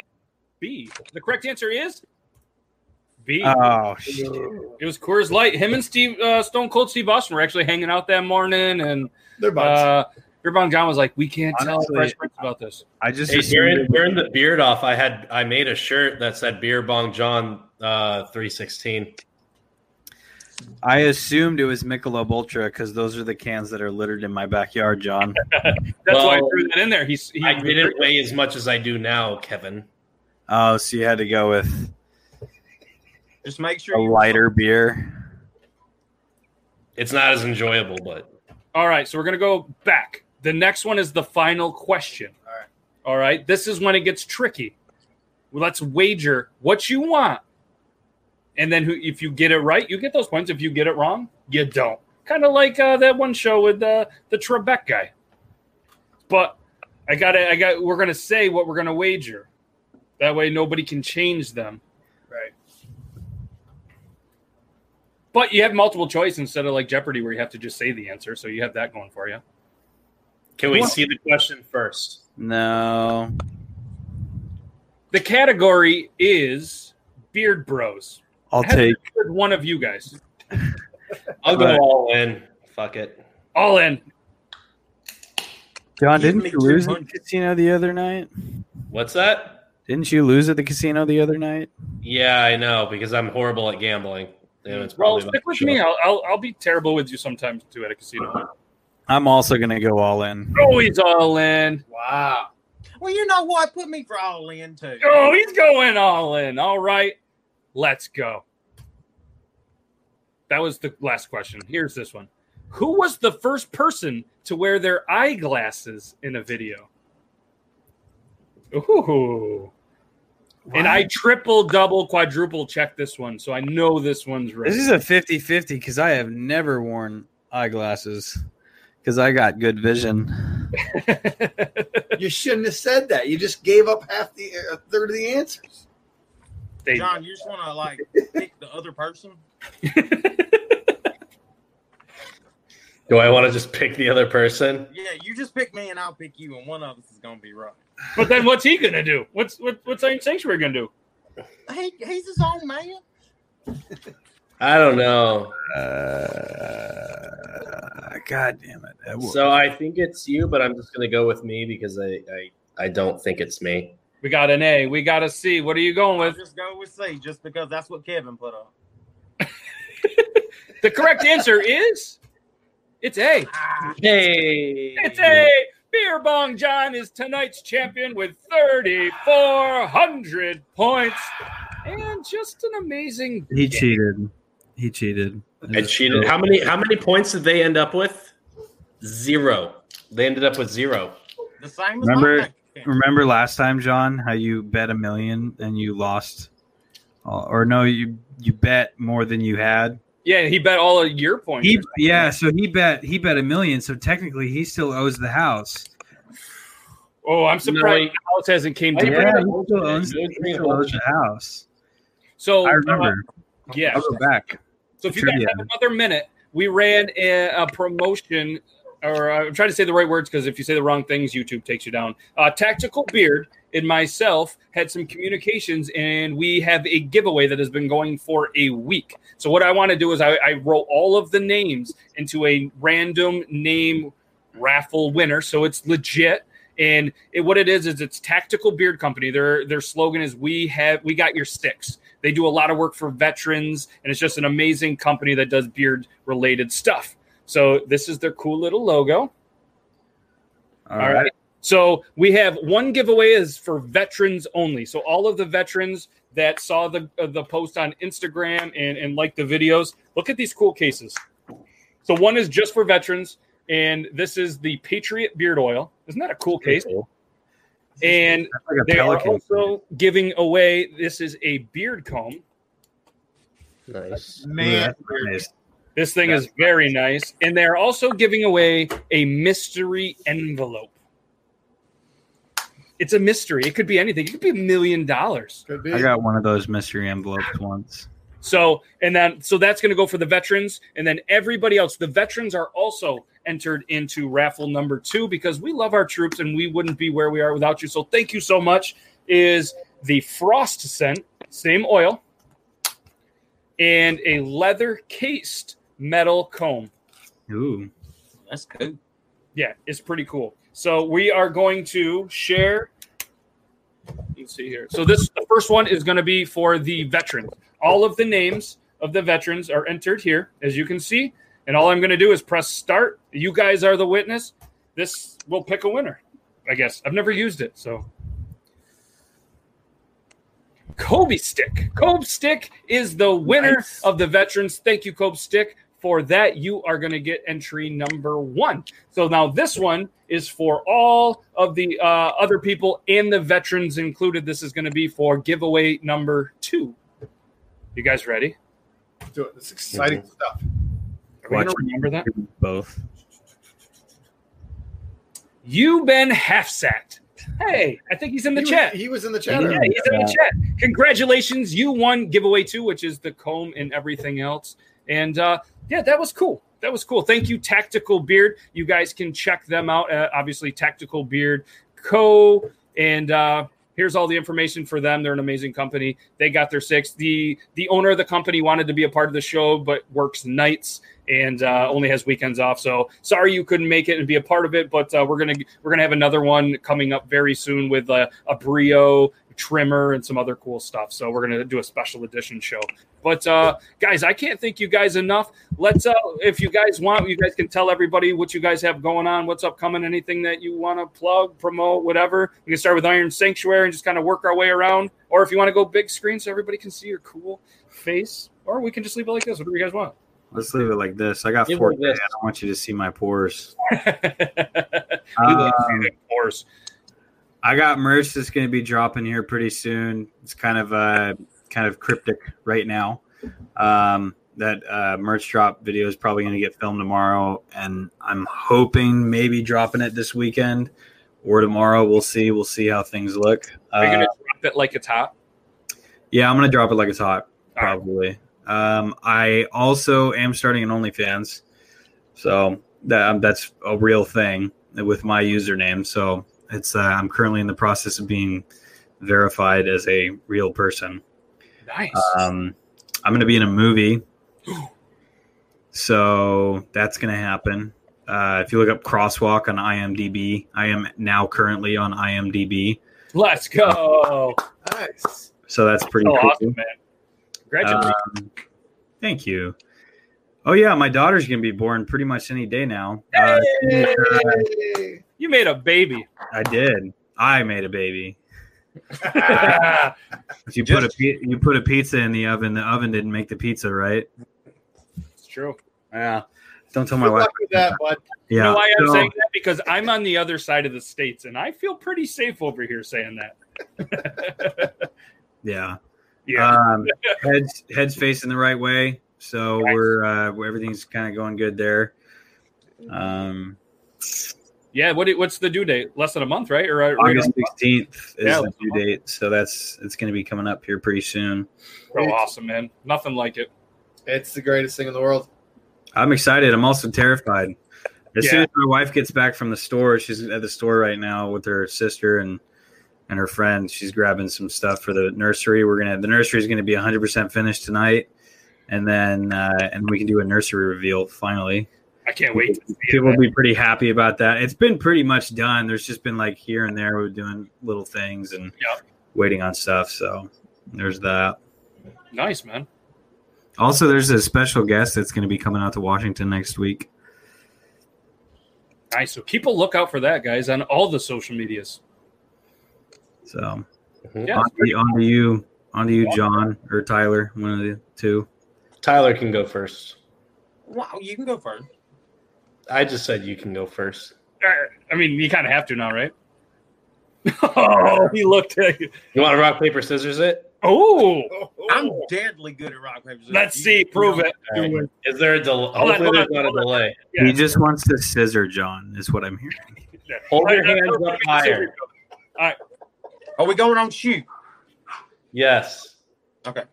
Speaker 1: B. The correct answer is B.
Speaker 6: Oh shit.
Speaker 1: it was Coors Light. Him and Steve uh, Stone Cold Steve Austin were actually hanging out that morning, and
Speaker 2: They're buds.
Speaker 1: uh, Ribbon John was like, "We can't
Speaker 6: Honestly,
Speaker 1: tell Fresh Prince about this."
Speaker 6: I just
Speaker 7: Hey, during,
Speaker 6: assumed
Speaker 7: during the beard off, I had I made a shirt that said "Beer Bong John uh, 316."
Speaker 6: I assumed it was Michelob Ultra because those are the cans that are littered in my backyard, John.
Speaker 1: That's why I
Speaker 7: Well,
Speaker 1: threw that in there. He's he,
Speaker 7: I didn't weigh as much as I do now, Kevin.
Speaker 6: Oh, so you had to go with
Speaker 8: Just make sure
Speaker 6: a
Speaker 8: you
Speaker 6: lighter beer.
Speaker 7: It's not as enjoyable, but
Speaker 1: All right, so we're gonna go back. The next one is the final question. All
Speaker 2: right.
Speaker 1: All right. This is when it gets tricky. Well, let's wager what you want, and then who, if you get it right, you get those points. If you get it wrong, you don't. Kind of like uh, that one show with uh, the Trebek guy. But I got to I got. We're gonna say what we're gonna wager. That way nobody can change them.
Speaker 2: Right.
Speaker 1: But you have multiple choice instead of like Jeopardy where you have to just say the answer. So you have that going for you.
Speaker 7: Can we see the question first?
Speaker 6: No.
Speaker 1: The category is Beard Bros.
Speaker 6: I'll
Speaker 1: Have
Speaker 6: take
Speaker 1: With one of you guys.
Speaker 7: I'll go
Speaker 6: Right.
Speaker 7: all in. Fuck it.
Speaker 1: All in.
Speaker 6: John. Didn't
Speaker 8: Give me
Speaker 6: you lose at
Speaker 8: 200.
Speaker 6: the casino the other night?
Speaker 7: What's that?
Speaker 6: Didn't you lose at the casino the other night?
Speaker 7: Yeah, I know because I'm horrible at gambling. And it's
Speaker 1: Well,
Speaker 7: probably about
Speaker 1: stick with
Speaker 7: to
Speaker 1: me.
Speaker 7: show.
Speaker 1: I'll, I'll, I'll be terrible with you sometimes too at a casino.
Speaker 6: I'm also gonna go all in.
Speaker 1: Oh, he's all in.
Speaker 2: Wow.
Speaker 8: Well, you know what? Put me for all in too.
Speaker 1: Oh, he's going all in. All right, let's go. That was the last question. Here's this one. Who was the first person to wear their eyeglasses in a video? Ooh. And I triple, double, quadruple check this one, so I know this one's right.
Speaker 6: This is a 50 50 because I have never worn eyeglasses because I got good vision.
Speaker 2: You shouldn't have said that. You just gave up half the a third of the answers.
Speaker 1: They-
Speaker 8: John, you just want to like pick the other person?
Speaker 7: Do I want to just pick the other person?
Speaker 8: Yeah, you just pick me and I'll pick you, and one of us is gonna be right.
Speaker 1: but then what's he gonna do? What's what, what's Iron Sanctuary gonna do?
Speaker 8: He, he's his own man.
Speaker 7: I don't know.
Speaker 6: Uh, God damn it. That wa-
Speaker 7: So I think it's you, but I'm just gonna go with me because I I, I don't think it's me.
Speaker 1: We got an A. We got a C. What are you going
Speaker 8: I'll
Speaker 1: with?
Speaker 8: just go with C, just because that's what Kevin put up.
Speaker 1: The correct answer is it's A.
Speaker 8: Ah,
Speaker 7: Hey,
Speaker 1: It's a beer bong. John is tonight's champion with 3,400 points and just an amazing.
Speaker 6: he cheated. He cheated.
Speaker 7: I cheated. How many how many points did they end up with? Zero. They ended up with zero.
Speaker 8: the same as
Speaker 6: Remember-
Speaker 8: mine.
Speaker 6: Remember last time, John, how you bet a million and you lost? Uh, or no, you you bet more than you had.
Speaker 1: Yeah, he bet all of your points.
Speaker 6: He yeah, so he bet he bet a million, so technically he still owes the house.
Speaker 1: oh, I'm surprised
Speaker 7: No.
Speaker 1: the house hasn't came
Speaker 7: Why
Speaker 1: to
Speaker 7: you
Speaker 1: you.
Speaker 7: bring
Speaker 6: Yeah,
Speaker 7: up
Speaker 6: he
Speaker 7: old
Speaker 6: still
Speaker 7: shit?
Speaker 6: owns,
Speaker 7: You always
Speaker 6: he
Speaker 7: bring up
Speaker 6: still
Speaker 7: old
Speaker 6: owns the house.
Speaker 1: So
Speaker 6: I remember.
Speaker 1: uh, yeah.
Speaker 6: I'll go back.
Speaker 1: So if you guys
Speaker 6: Trivia.
Speaker 1: have another minute, we ran a, a promotion, or uh, I'm trying to say the right words because if you say the wrong things, YouTube takes you down. Uh, Tactical Beard and myself had some communications, and we have a giveaway that has been going for a week. So what I want to do is I, I roll all of the names into a random name raffle winner, so it's legit. And it, what it is is it's Tactical Beard Company. Their their slogan is "We have we got your sticks." They do a lot of work for veterans, and it's just an amazing company that does beard related stuff. So this is their cool little logo.
Speaker 6: All right.
Speaker 1: So we have one giveaway is for veterans only. So all of the veterans that saw the uh, the post on Instagram and and liked the videos, look at these cool cases. So one is just for veterans, and this is the Patriot Beard Oil. Isn't that a cool case? And
Speaker 6: That's like a
Speaker 1: they are
Speaker 6: pelican.
Speaker 1: also giving away. This is a beard comb.
Speaker 7: Nice.
Speaker 2: Man,
Speaker 6: That's nice.
Speaker 1: This thing is very nice. And they're also giving away a mystery envelope. It's a mystery. It could be anything. It could be a million dollars.
Speaker 2: could be.
Speaker 6: I got one of those mystery envelopes once.
Speaker 1: So, and then, so that's going to go for the veterans. And then everybody else, the veterans are also entered into raffle number two because we love our troops and we wouldn't be where we are without you. So, thank you so much. Is the frost scent, same oil, and a leather cased metal comb.
Speaker 6: Ooh.
Speaker 8: That's good.
Speaker 1: yeah, it's pretty cool. So we are going to share. Let's see here. So this the first one is going to be for the veterans. All of the names of the veterans are entered here, as you can see. And all I'm going to do is press start. You guys are the witness. This will pick a winner, I guess. I've never used it, so. Kobe Stick. Kobe Stick is the winner
Speaker 6: Nice.
Speaker 1: of the veterans. Thank you, Kobe Stick. For that, you are going to get entry number one. So now this one is for all of the uh, other people and the veterans included. This is going to be for giveaway number two. You guys ready?
Speaker 2: Let's do it. It's exciting
Speaker 7: Mhm.
Speaker 1: Are
Speaker 2: stuff.
Speaker 1: we going to
Speaker 6: Watch.
Speaker 1: remember that?
Speaker 6: Both.
Speaker 1: You been half sacked. Hey, I think he's in the
Speaker 2: he was-
Speaker 1: chat.
Speaker 2: he was in the
Speaker 1: Yeah,
Speaker 2: chat.
Speaker 1: he's
Speaker 2: earlier.
Speaker 1: in the chat. Congratulations, you won giveaway two, which is the comb and everything else. And uh, yeah, that was cool. That was cool. Thank you, Tactical Beard. You guys can check them out. Uh, obviously, Tactical Beard Co. And uh, here's all the information for them. They're an amazing company. They got their six. the The owner of the company wanted to be a part of the show, but works nights and uh, only has weekends off. So sorry you couldn't make it and be a part of it. But uh, we're gonna we're gonna have another one coming up very soon with uh, a brio trimmer and some other cool stuff. So we're gonna do a special edition show. But uh, guys, I can't thank you guys enough. Let's uh, if you guys want, you guys can tell everybody what you guys have going on, what's upcoming, anything that you want to plug, promote, whatever. We can start with Iron Sanctuary and just kind of work our way around. Or if you want to go big screen so everybody can see your cool face, or we can just leave it like this. Whatever you guys want.
Speaker 6: Let's leave it like this. I got
Speaker 7: Give
Speaker 6: four.
Speaker 7: it
Speaker 6: I
Speaker 7: this.
Speaker 6: don't want you to see my pores.
Speaker 1: We
Speaker 6: Um,
Speaker 1: love you, of course.
Speaker 6: I got merch that's going to be dropping here pretty soon. It's kind of uh, kind of cryptic right now. Um, that uh, merch drop video is probably going to get filmed tomorrow, and I'm hoping maybe dropping it this weekend or tomorrow. We'll see. We'll see how things look.
Speaker 1: Are you
Speaker 6: Uh,
Speaker 1: gonna drop it like it's hot?
Speaker 6: yeah, I'm going to drop it like it's hot,
Speaker 1: All right.
Speaker 6: probably. Um, I also am starting an OnlyFans, so that um, that's a real thing with my username. So it's uh, I'm currently in the process of being verified as a real person.
Speaker 1: Nice.
Speaker 6: Um, I'm going to be in a movie, so that's going to happen. Uh, if you look up Crosswalk on IMDb, I am now currently on IMDb,
Speaker 1: Let's go.
Speaker 2: Nice.
Speaker 6: so that's pretty
Speaker 1: So
Speaker 6: cool.
Speaker 1: Oh, awesome, man. Congratulations.
Speaker 6: Um, thank you. Oh yeah, my daughter's gonna be born pretty much any day now. Uh,
Speaker 2: Yay.
Speaker 1: you made a baby.
Speaker 6: I did. I made a baby. If you put a pi- you put a pizza in the oven, the oven didn't make the pizza, right?
Speaker 1: It's true.
Speaker 6: Yeah. Don't tell my
Speaker 2: Good
Speaker 6: wife.
Speaker 2: luck with that, bud.
Speaker 1: You
Speaker 6: Yeah.
Speaker 1: know why I'm
Speaker 6: So,
Speaker 1: saying that? Because I'm on the other side of the states, and I feel pretty safe over here saying that.
Speaker 6: yeah.
Speaker 1: Yeah,
Speaker 6: Um, heads heads facing the right way, so
Speaker 1: Right.
Speaker 6: we're uh, we're- everything's kind of going good there. Um,
Speaker 1: yeah. What, what's the due date? Less than a month, right? Or uh, right
Speaker 6: August sixteenth is
Speaker 1: Yeah,
Speaker 6: the due date, so that's it's going to be coming up here pretty soon.
Speaker 1: on- oh, awesome, man. Nothing like it.
Speaker 2: It's the greatest thing in the world.
Speaker 6: I'm excited. I'm also terrified. As soon
Speaker 1: Yeah.
Speaker 6: as my wife gets back from the store, she's at the store right now with her sister and and her friend. She's grabbing some stuff for the nursery. We're gonna the nursery's gonna be 100 percent finished tonight, and then uh, and we can do a nursery reveal finally.
Speaker 1: I can't wait. To see it,
Speaker 6: People will
Speaker 1: man.
Speaker 6: be pretty happy about that. It's been pretty much done. There's just been like here and there we're doing little things and
Speaker 1: Yeah.
Speaker 6: waiting on stuff. So there's that.
Speaker 1: Nice, man.
Speaker 6: Also, there's a special guest that's going to be coming out to Washington next week.
Speaker 1: Nice. So keep a lookout for that, guys, on all the social medias.
Speaker 6: So
Speaker 7: Mhm.
Speaker 1: Yeah.
Speaker 6: on, to, on to you, on to you, John or Tyler, one of the two.
Speaker 7: Tyler can go first.
Speaker 8: Wow, you can go first.
Speaker 7: I just said you can go first.
Speaker 1: Uh, I mean, you kind of have to now, right? oh, he looked at you.
Speaker 7: You want to rock paper scissors? It
Speaker 1: Oh,
Speaker 8: I'm deadly good at rock paper. scissors.
Speaker 1: let's
Speaker 8: You-
Speaker 1: see.
Speaker 8: you
Speaker 1: Prove
Speaker 8: know,
Speaker 1: it.
Speaker 7: All right. is there a delay?
Speaker 1: on,
Speaker 7: Hopefully,
Speaker 1: hold
Speaker 7: there's
Speaker 1: on,
Speaker 7: not a
Speaker 1: hold on.
Speaker 7: delay.
Speaker 1: Yeah.
Speaker 6: He just wants to scissor John, is what I'm hearing.
Speaker 7: Hold your
Speaker 1: All right,
Speaker 7: hands
Speaker 1: let's
Speaker 7: up
Speaker 1: see.
Speaker 7: higher.
Speaker 8: Are we going on shoot?
Speaker 7: Yes.
Speaker 8: Okay.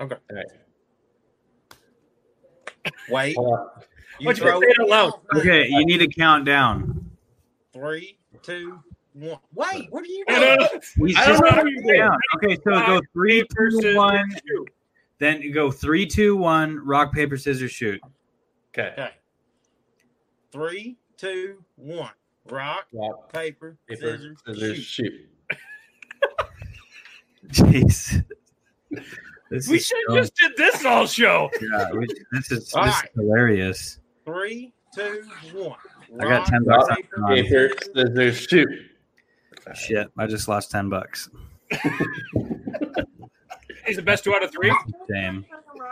Speaker 8: Okay.
Speaker 7: All right.
Speaker 8: Wait.
Speaker 7: Hold on.
Speaker 8: You
Speaker 1: What'd you
Speaker 8: throw
Speaker 1: say
Speaker 8: it
Speaker 1: out loud?
Speaker 8: off.
Speaker 6: Uh, Okay, you need to count down.
Speaker 8: Three, two, one. Wait, what are you
Speaker 1: No, no,
Speaker 8: doing?
Speaker 1: no.
Speaker 6: He's
Speaker 1: I
Speaker 6: just
Speaker 1: don't know
Speaker 6: counting
Speaker 1: what you're doing.
Speaker 6: down. Okay, so go three, two,
Speaker 1: Versus-
Speaker 6: one. Then you go three, two, one. Rock, paper, scissors, shoot.
Speaker 7: Okay.
Speaker 8: Okay. Three, two, one. Rock,
Speaker 7: Rock
Speaker 8: paper,
Speaker 7: paper
Speaker 8: scissors,
Speaker 7: scissors
Speaker 8: shoot.
Speaker 7: shoot.
Speaker 6: Jeez. This
Speaker 1: We
Speaker 6: is
Speaker 1: should
Speaker 6: so-
Speaker 1: just did this all show.
Speaker 6: yeah, we- this is, this
Speaker 8: All
Speaker 6: is
Speaker 8: right.
Speaker 6: hilarious.
Speaker 8: Three, two, one.
Speaker 6: I got
Speaker 8: Rock,
Speaker 6: 10 bucks.
Speaker 8: paper,
Speaker 6: Come on.
Speaker 7: Paper
Speaker 8: scissors,
Speaker 7: scissors shoot.
Speaker 6: Shit, I just lost ten bucks.
Speaker 1: He's the best two out of three.
Speaker 6: Damn.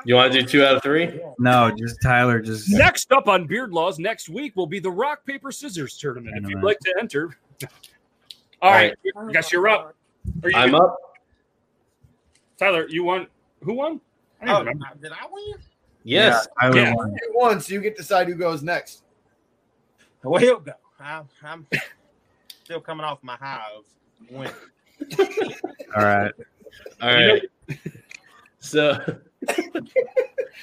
Speaker 7: You want to do two out of three?
Speaker 6: No, just Tyler. Just
Speaker 1: Next up on Beard Laws next week will be the Rock Paper Scissors tournament. If you'd like to enter, all right. I guess you're up. Are you,
Speaker 7: I'm up.
Speaker 1: Tyler. You won. Who won? I don't
Speaker 8: Oh,
Speaker 1: remember.
Speaker 8: did I win?
Speaker 7: Yes.
Speaker 6: Yeah, Tyler
Speaker 1: Yeah.
Speaker 6: won.
Speaker 2: You Once you get to decide who goes next.
Speaker 8: Well, he'll go. I'm, I'm, still coming off my high of winning.
Speaker 6: All right.
Speaker 7: All right. So,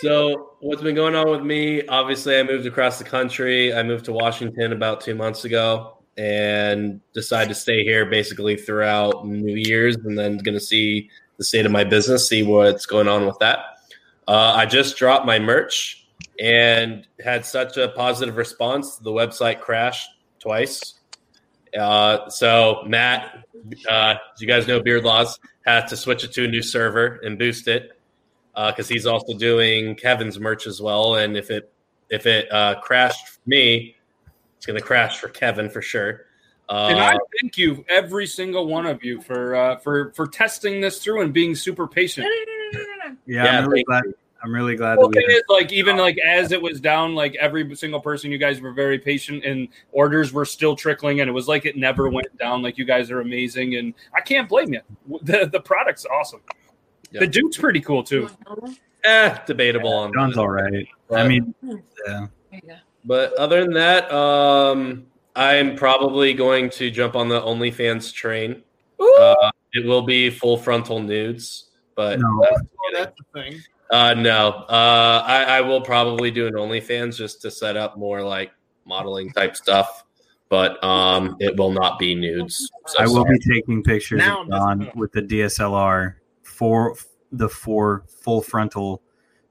Speaker 7: so what's been going on with me? Obviously, I moved across the country. I moved to Washington about two months ago and decided to stay here basically throughout New Year's, and then going to see the state of my business, see what's going on with that. Uh, I just dropped my merch and had such a positive response. The website crashed twice. Uh, so Matt, uh, as you guys know, Beard Laws has to switch it to a new server and boost it because he's also doing Kevin's merch as well. And if it if it uh, crashed for me, it's going to crash for Kevin for sure. Uh,
Speaker 1: and I thank you, every single one of you, for uh, for for testing this through and being super patient.
Speaker 6: Yeah,
Speaker 7: Yeah,
Speaker 6: I'm really
Speaker 7: thank
Speaker 6: glad. I'm really glad
Speaker 1: Well,
Speaker 6: that
Speaker 1: it
Speaker 6: we
Speaker 1: is, like even like as it was down, like every single person, you guys were very patient, and orders were still trickling, and it was like it never went down. Like you guys are amazing, and I can't blame you. The the product's awesome.
Speaker 7: Yeah.
Speaker 1: The dude's pretty cool too.
Speaker 7: eh, debatable on
Speaker 6: John's
Speaker 7: that.
Speaker 6: all right.
Speaker 7: But-
Speaker 6: I mean,
Speaker 8: Hmm.
Speaker 6: yeah.
Speaker 7: But other than that, um, I'm probably going to jump on the OnlyFans train. Uh, it will be full frontal nudes, but
Speaker 6: No.
Speaker 2: Oh, that's the thing.
Speaker 7: uh, no, uh, I, I will probably do an OnlyFans just to set up more like modeling type stuff. But um, it will not be nudes. So
Speaker 6: I will
Speaker 7: sorry.
Speaker 6: be taking pictures
Speaker 8: Now
Speaker 6: of
Speaker 8: I'm just-
Speaker 6: John with the DSLR for the four full frontal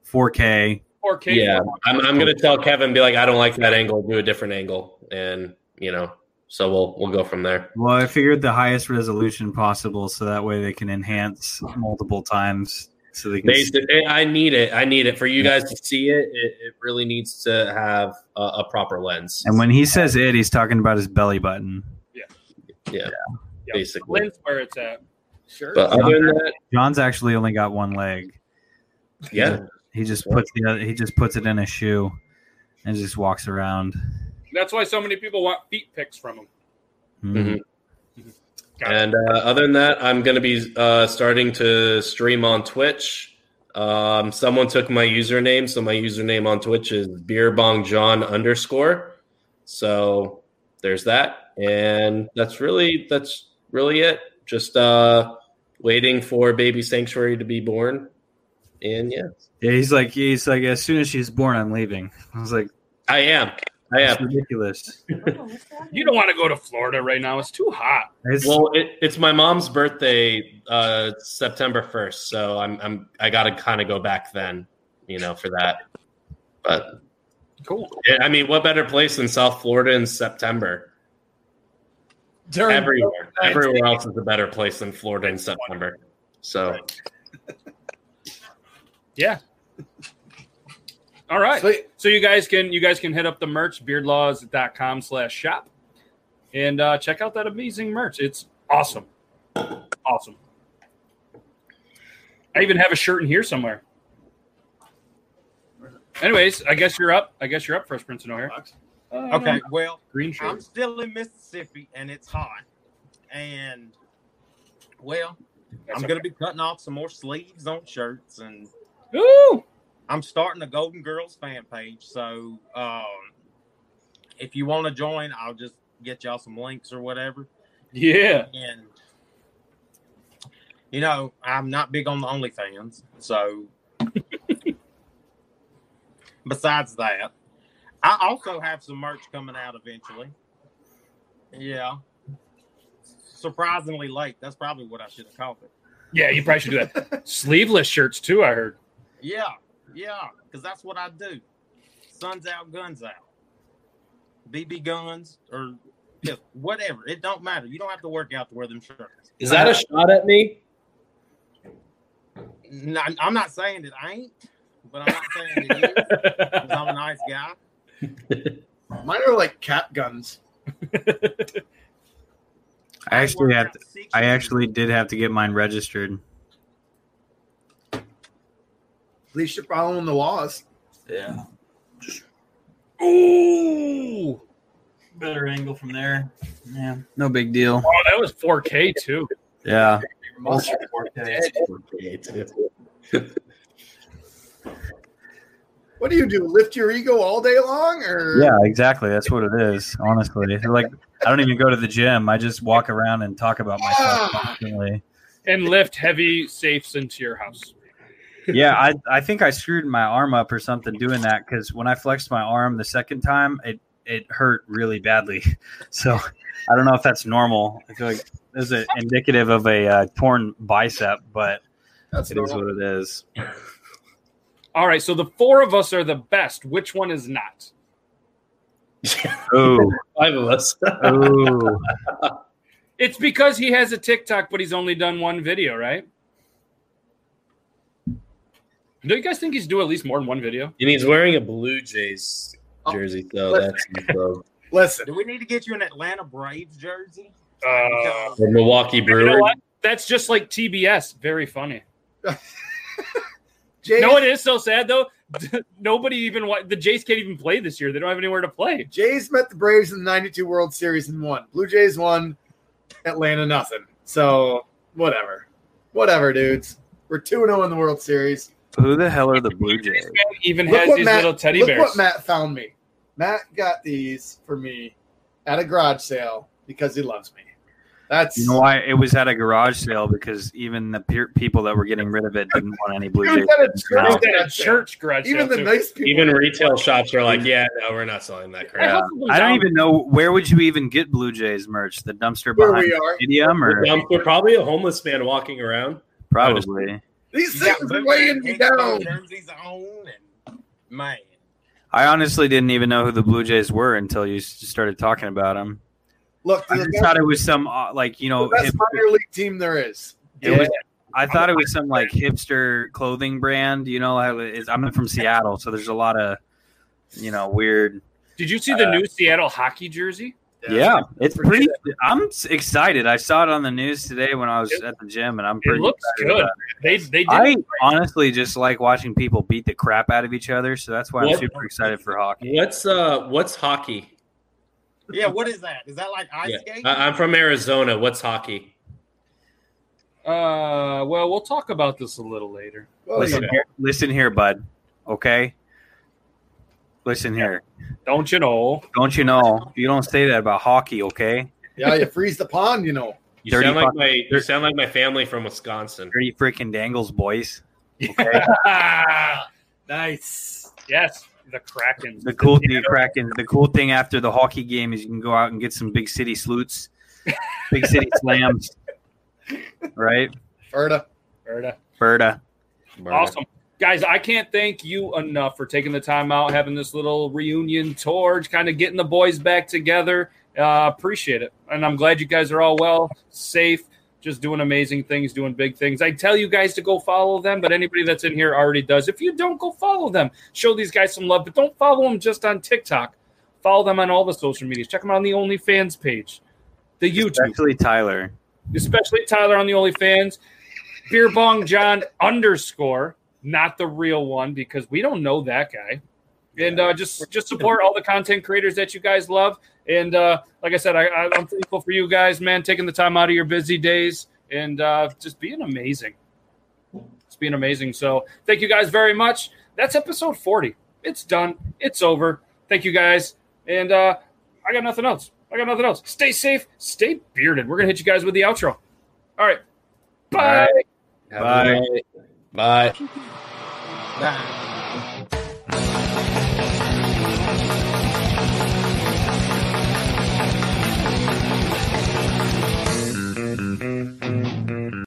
Speaker 6: 4K.
Speaker 1: 4K.
Speaker 7: Yeah, I'm, I'm gonna tell Kevin be like, I don't like that angle. Do a different angle, and you know, so we'll we'll go from there.
Speaker 6: Well, I figured the highest resolution possible, so that way they can enhance multiple times, so they can. see-
Speaker 7: Basically, I need it. I need it for you guys to see it. It, it really needs to have a, a proper lens.
Speaker 6: And when he says it, he's talking about his belly button.
Speaker 1: yeah.
Speaker 7: basically.
Speaker 1: Lens where it's at.
Speaker 2: Sure.
Speaker 7: But other than that,
Speaker 6: John's actually only got one leg.
Speaker 7: yeah,
Speaker 6: He just puts the other, he just puts it in a shoe and just walks around.
Speaker 1: That's why so many people want feet pics from him.
Speaker 6: Mm.
Speaker 7: Mhm. and uh, other than that, I'm gonna be uh, starting to stream on Twitch. Um, someone took my username, so my username on Twitch is beerbongjohn underscore. So there's that, and that's really that's really it. Just uh, waiting for baby sanctuary to be born, and yeah.
Speaker 6: Yeah, he's like he's like as soon as she's born, I'm leaving. I was like,
Speaker 7: I am. I
Speaker 6: that's
Speaker 7: am.
Speaker 6: ridiculous.
Speaker 1: You don't want to go to Florida right now. It's too hot.
Speaker 6: It's-
Speaker 7: Well, it, it's my mom's birthday, uh, September first, so I'm I'm I gotta kind of go back then, you know, for that. But
Speaker 1: Cool.
Speaker 7: yeah, I mean, what better place than South Florida in September? Everywhere, everywhere else is a better place than Florida in September. So
Speaker 1: All right.
Speaker 2: Sweet.
Speaker 1: So you guys can you guys can hit up the merch beardlaws.com slash shop and uh, check out that amazing merch. It's awesome. Awesome. I even have a shirt in here somewhere. Anyways, I guess you're up. I guess you're up, Fresh Prince of O'Hare.
Speaker 8: Okay, well,
Speaker 1: Green
Speaker 8: I'm
Speaker 1: shirt.
Speaker 8: still in Mississippi and it's hot. And well, I'm gonna be cutting off some more sleeves on shirts and
Speaker 1: be Ooh!
Speaker 8: I'm starting a Golden Girls fan page. So um, if you want to join, I'll just get y'all some links or whatever.
Speaker 1: Yeah.
Speaker 8: And you know, I'm not big on the OnlyFans, so besides that, I also have some merch coming out eventually. Yeah. Surprisingly late. That's probably what I should have called it.
Speaker 1: Yeah, you probably should do that. Sleeveless shirts too, I heard.
Speaker 8: Yeah, yeah, because that's what I do. Sun's out, guns out. BB guns or yeah, whatever. It don't matter. You don't have to work out to wear them shirts. Uh,
Speaker 7: is that a shot at me?
Speaker 8: No, I'm not saying it ain't, but I'm not saying it is. 'cause I'm a nice guy.
Speaker 2: Mine are like cap guns.
Speaker 6: I actually
Speaker 8: work
Speaker 6: have
Speaker 8: out
Speaker 6: to,
Speaker 8: six
Speaker 6: I
Speaker 8: years.
Speaker 6: actually did have to get mine registered.
Speaker 2: At least you're following the laws.
Speaker 6: Yeah.
Speaker 1: Ooh.
Speaker 6: Better angle from there. Yeah. No big deal.
Speaker 1: Oh, that was 4K too.
Speaker 6: Yeah.
Speaker 2: Your muscles.
Speaker 7: Okay, too.
Speaker 2: What do you do? Lift your ego all day long, or
Speaker 6: Yeah, exactly. That's what it is. Honestly, like I don't even go to the gym. I just walk around and talk about myself constantly.
Speaker 1: and lift heavy safes into your house.
Speaker 6: Yeah, I I think I screwed my arm up or something doing that because when I flexed my arm the second time, it it hurt really badly. So I don't know if that's normal. I feel like this is indicative of a uh, torn bicep, but
Speaker 2: That's
Speaker 6: it is
Speaker 2: normal.
Speaker 6: what it is.
Speaker 1: All right, so the four of us are the best. Which one is not?
Speaker 6: Oh,
Speaker 7: Five of us.
Speaker 6: oh,
Speaker 1: It's because he has a TikTok, but he's only done one video, right? Do you guys think he's doing at least more than one video?
Speaker 7: and he's wearing a Blue Jays jersey, so
Speaker 2: Oh.
Speaker 7: that's so,
Speaker 2: Listen,
Speaker 8: Do we need to get you an Atlanta Braves jersey?
Speaker 1: Uh,
Speaker 7: the Milwaukee
Speaker 1: you know
Speaker 7: Brewers.
Speaker 1: what? That's just like TBS. Very funny.
Speaker 2: Jays,
Speaker 1: No, it is so sad though. Nobody even wa- the Jays can't even play this year. They don't have anywhere to play.
Speaker 2: Jays met the Braves in the '92 World Series and won. Blue Jays won. Atlanta nothing. So whatever, whatever, dudes. We're two zero in the World Series.
Speaker 6: who the hell are the Blue Jays?
Speaker 1: Even
Speaker 2: Look
Speaker 1: has
Speaker 2: what
Speaker 1: these
Speaker 2: Matt-
Speaker 1: little teddy
Speaker 2: Look
Speaker 1: bears.
Speaker 2: what Matt found me. Matt got these for me at a garage sale because he loves me. That's
Speaker 6: You know why it was at a garage sale because even the pe- people that were getting rid of it didn't want any Blue
Speaker 2: It was
Speaker 6: Jays.
Speaker 2: at a
Speaker 6: tickets
Speaker 1: Is
Speaker 2: church.
Speaker 6: now.
Speaker 1: that a church garage sale,
Speaker 2: even the
Speaker 1: too?
Speaker 2: nice people.
Speaker 7: Even retail shops are like, yeah, no, we're not selling that
Speaker 1: I
Speaker 7: crap.
Speaker 1: hope it goes
Speaker 6: I don't
Speaker 1: down.
Speaker 6: even know where would you even get Blue Jays merch? The dumpster
Speaker 2: where
Speaker 6: behind
Speaker 2: we
Speaker 6: the
Speaker 2: are.
Speaker 6: stadium, or
Speaker 7: Um, we're probably a homeless man walking around.
Speaker 6: probably.
Speaker 2: These
Speaker 8: You got
Speaker 2: things are
Speaker 8: bootleg
Speaker 2: weighing me
Speaker 8: baseball
Speaker 2: down.
Speaker 8: Jerseys on, and man,
Speaker 6: I honestly didn't even know who the Blue Jays were until you s- started talking about them.
Speaker 2: Look,
Speaker 6: I
Speaker 2: the
Speaker 6: just
Speaker 2: best-
Speaker 6: thought it was some uh, like you know,
Speaker 2: the best
Speaker 6: hip-
Speaker 2: minor league team there is.
Speaker 6: it was. I thought it was some like hipster clothing brand. You know, how it is- I'm from Seattle, so there's a lot of you know weird.
Speaker 1: Did you see the new Seattle hockey jersey?
Speaker 6: Yeah, it's
Speaker 2: Forget
Speaker 6: pretty. I'm s- excited. I saw it on the news today when I was
Speaker 1: It-
Speaker 6: at the gym, and I'm
Speaker 1: It
Speaker 6: pretty.
Speaker 1: looks
Speaker 6: excited
Speaker 1: good.
Speaker 6: about
Speaker 1: They they did.
Speaker 6: I honestly just like watching people beat the crap out of each other, so that's why I'm
Speaker 7: What?
Speaker 6: super excited for hockey.
Speaker 7: What's uh, what's hockey?
Speaker 8: yeah. What is that? Is that like ice
Speaker 7: Yeah.
Speaker 8: skating?
Speaker 7: I- I'm from Arizona. What's hockey?
Speaker 1: uh, well, we'll talk about this a little later.
Speaker 2: Well,
Speaker 6: listen,
Speaker 2: you
Speaker 6: here, listen here, bud. Okay. Listen here.
Speaker 1: Don't you know?
Speaker 6: Don't you know? You don't say that about hockey, okay?
Speaker 2: yeah, you freeze the pond, you know.
Speaker 7: You
Speaker 6: Dirty
Speaker 7: sound like
Speaker 6: fuck-
Speaker 7: my you sound like my family from Wisconsin.
Speaker 6: Dirty freaking dangles, boys.
Speaker 2: Nice.
Speaker 1: Ah, yes, the Kraken.
Speaker 6: The cool thing, Kraken. The cool thing after the hockey game is you can go out and get some big city sloots, big city slams. Right,
Speaker 2: Ferda.
Speaker 6: Berta?
Speaker 1: Awesome. Guys, I can't thank you enough for taking the time out, having this little reunion tour, kind of getting the boys back together. Uh, appreciate it. And I'm glad you guys are all well, safe, just doing amazing things, doing big things. I tell you guys to go follow them, but anybody that's in here already does. If you don't, go follow them. Show these guys some love, but don't follow them just on TikTok. Follow them on all the social medias. Check them out on the OnlyFans page, the YouTube
Speaker 6: Especially Tyler.
Speaker 1: especially Tyler on the OnlyFans. Beer Bong John underscore, not the real one because we don't know that guy. And uh, just just support all the content creators that you guys love. And uh, like I said, I, I, I'm thankful for you guys, man, taking the time out of your busy days and uh, just being amazing. It's being amazing. So thank you guys very much. That's episode 40. It's done. It's over. Thank you guys. And uh, I got nothing else. I got nothing else. Stay safe. Stay bearded. We're gonna hit you guys with the outro. All right. Bye.
Speaker 7: Bye. Bye.
Speaker 8: Nah.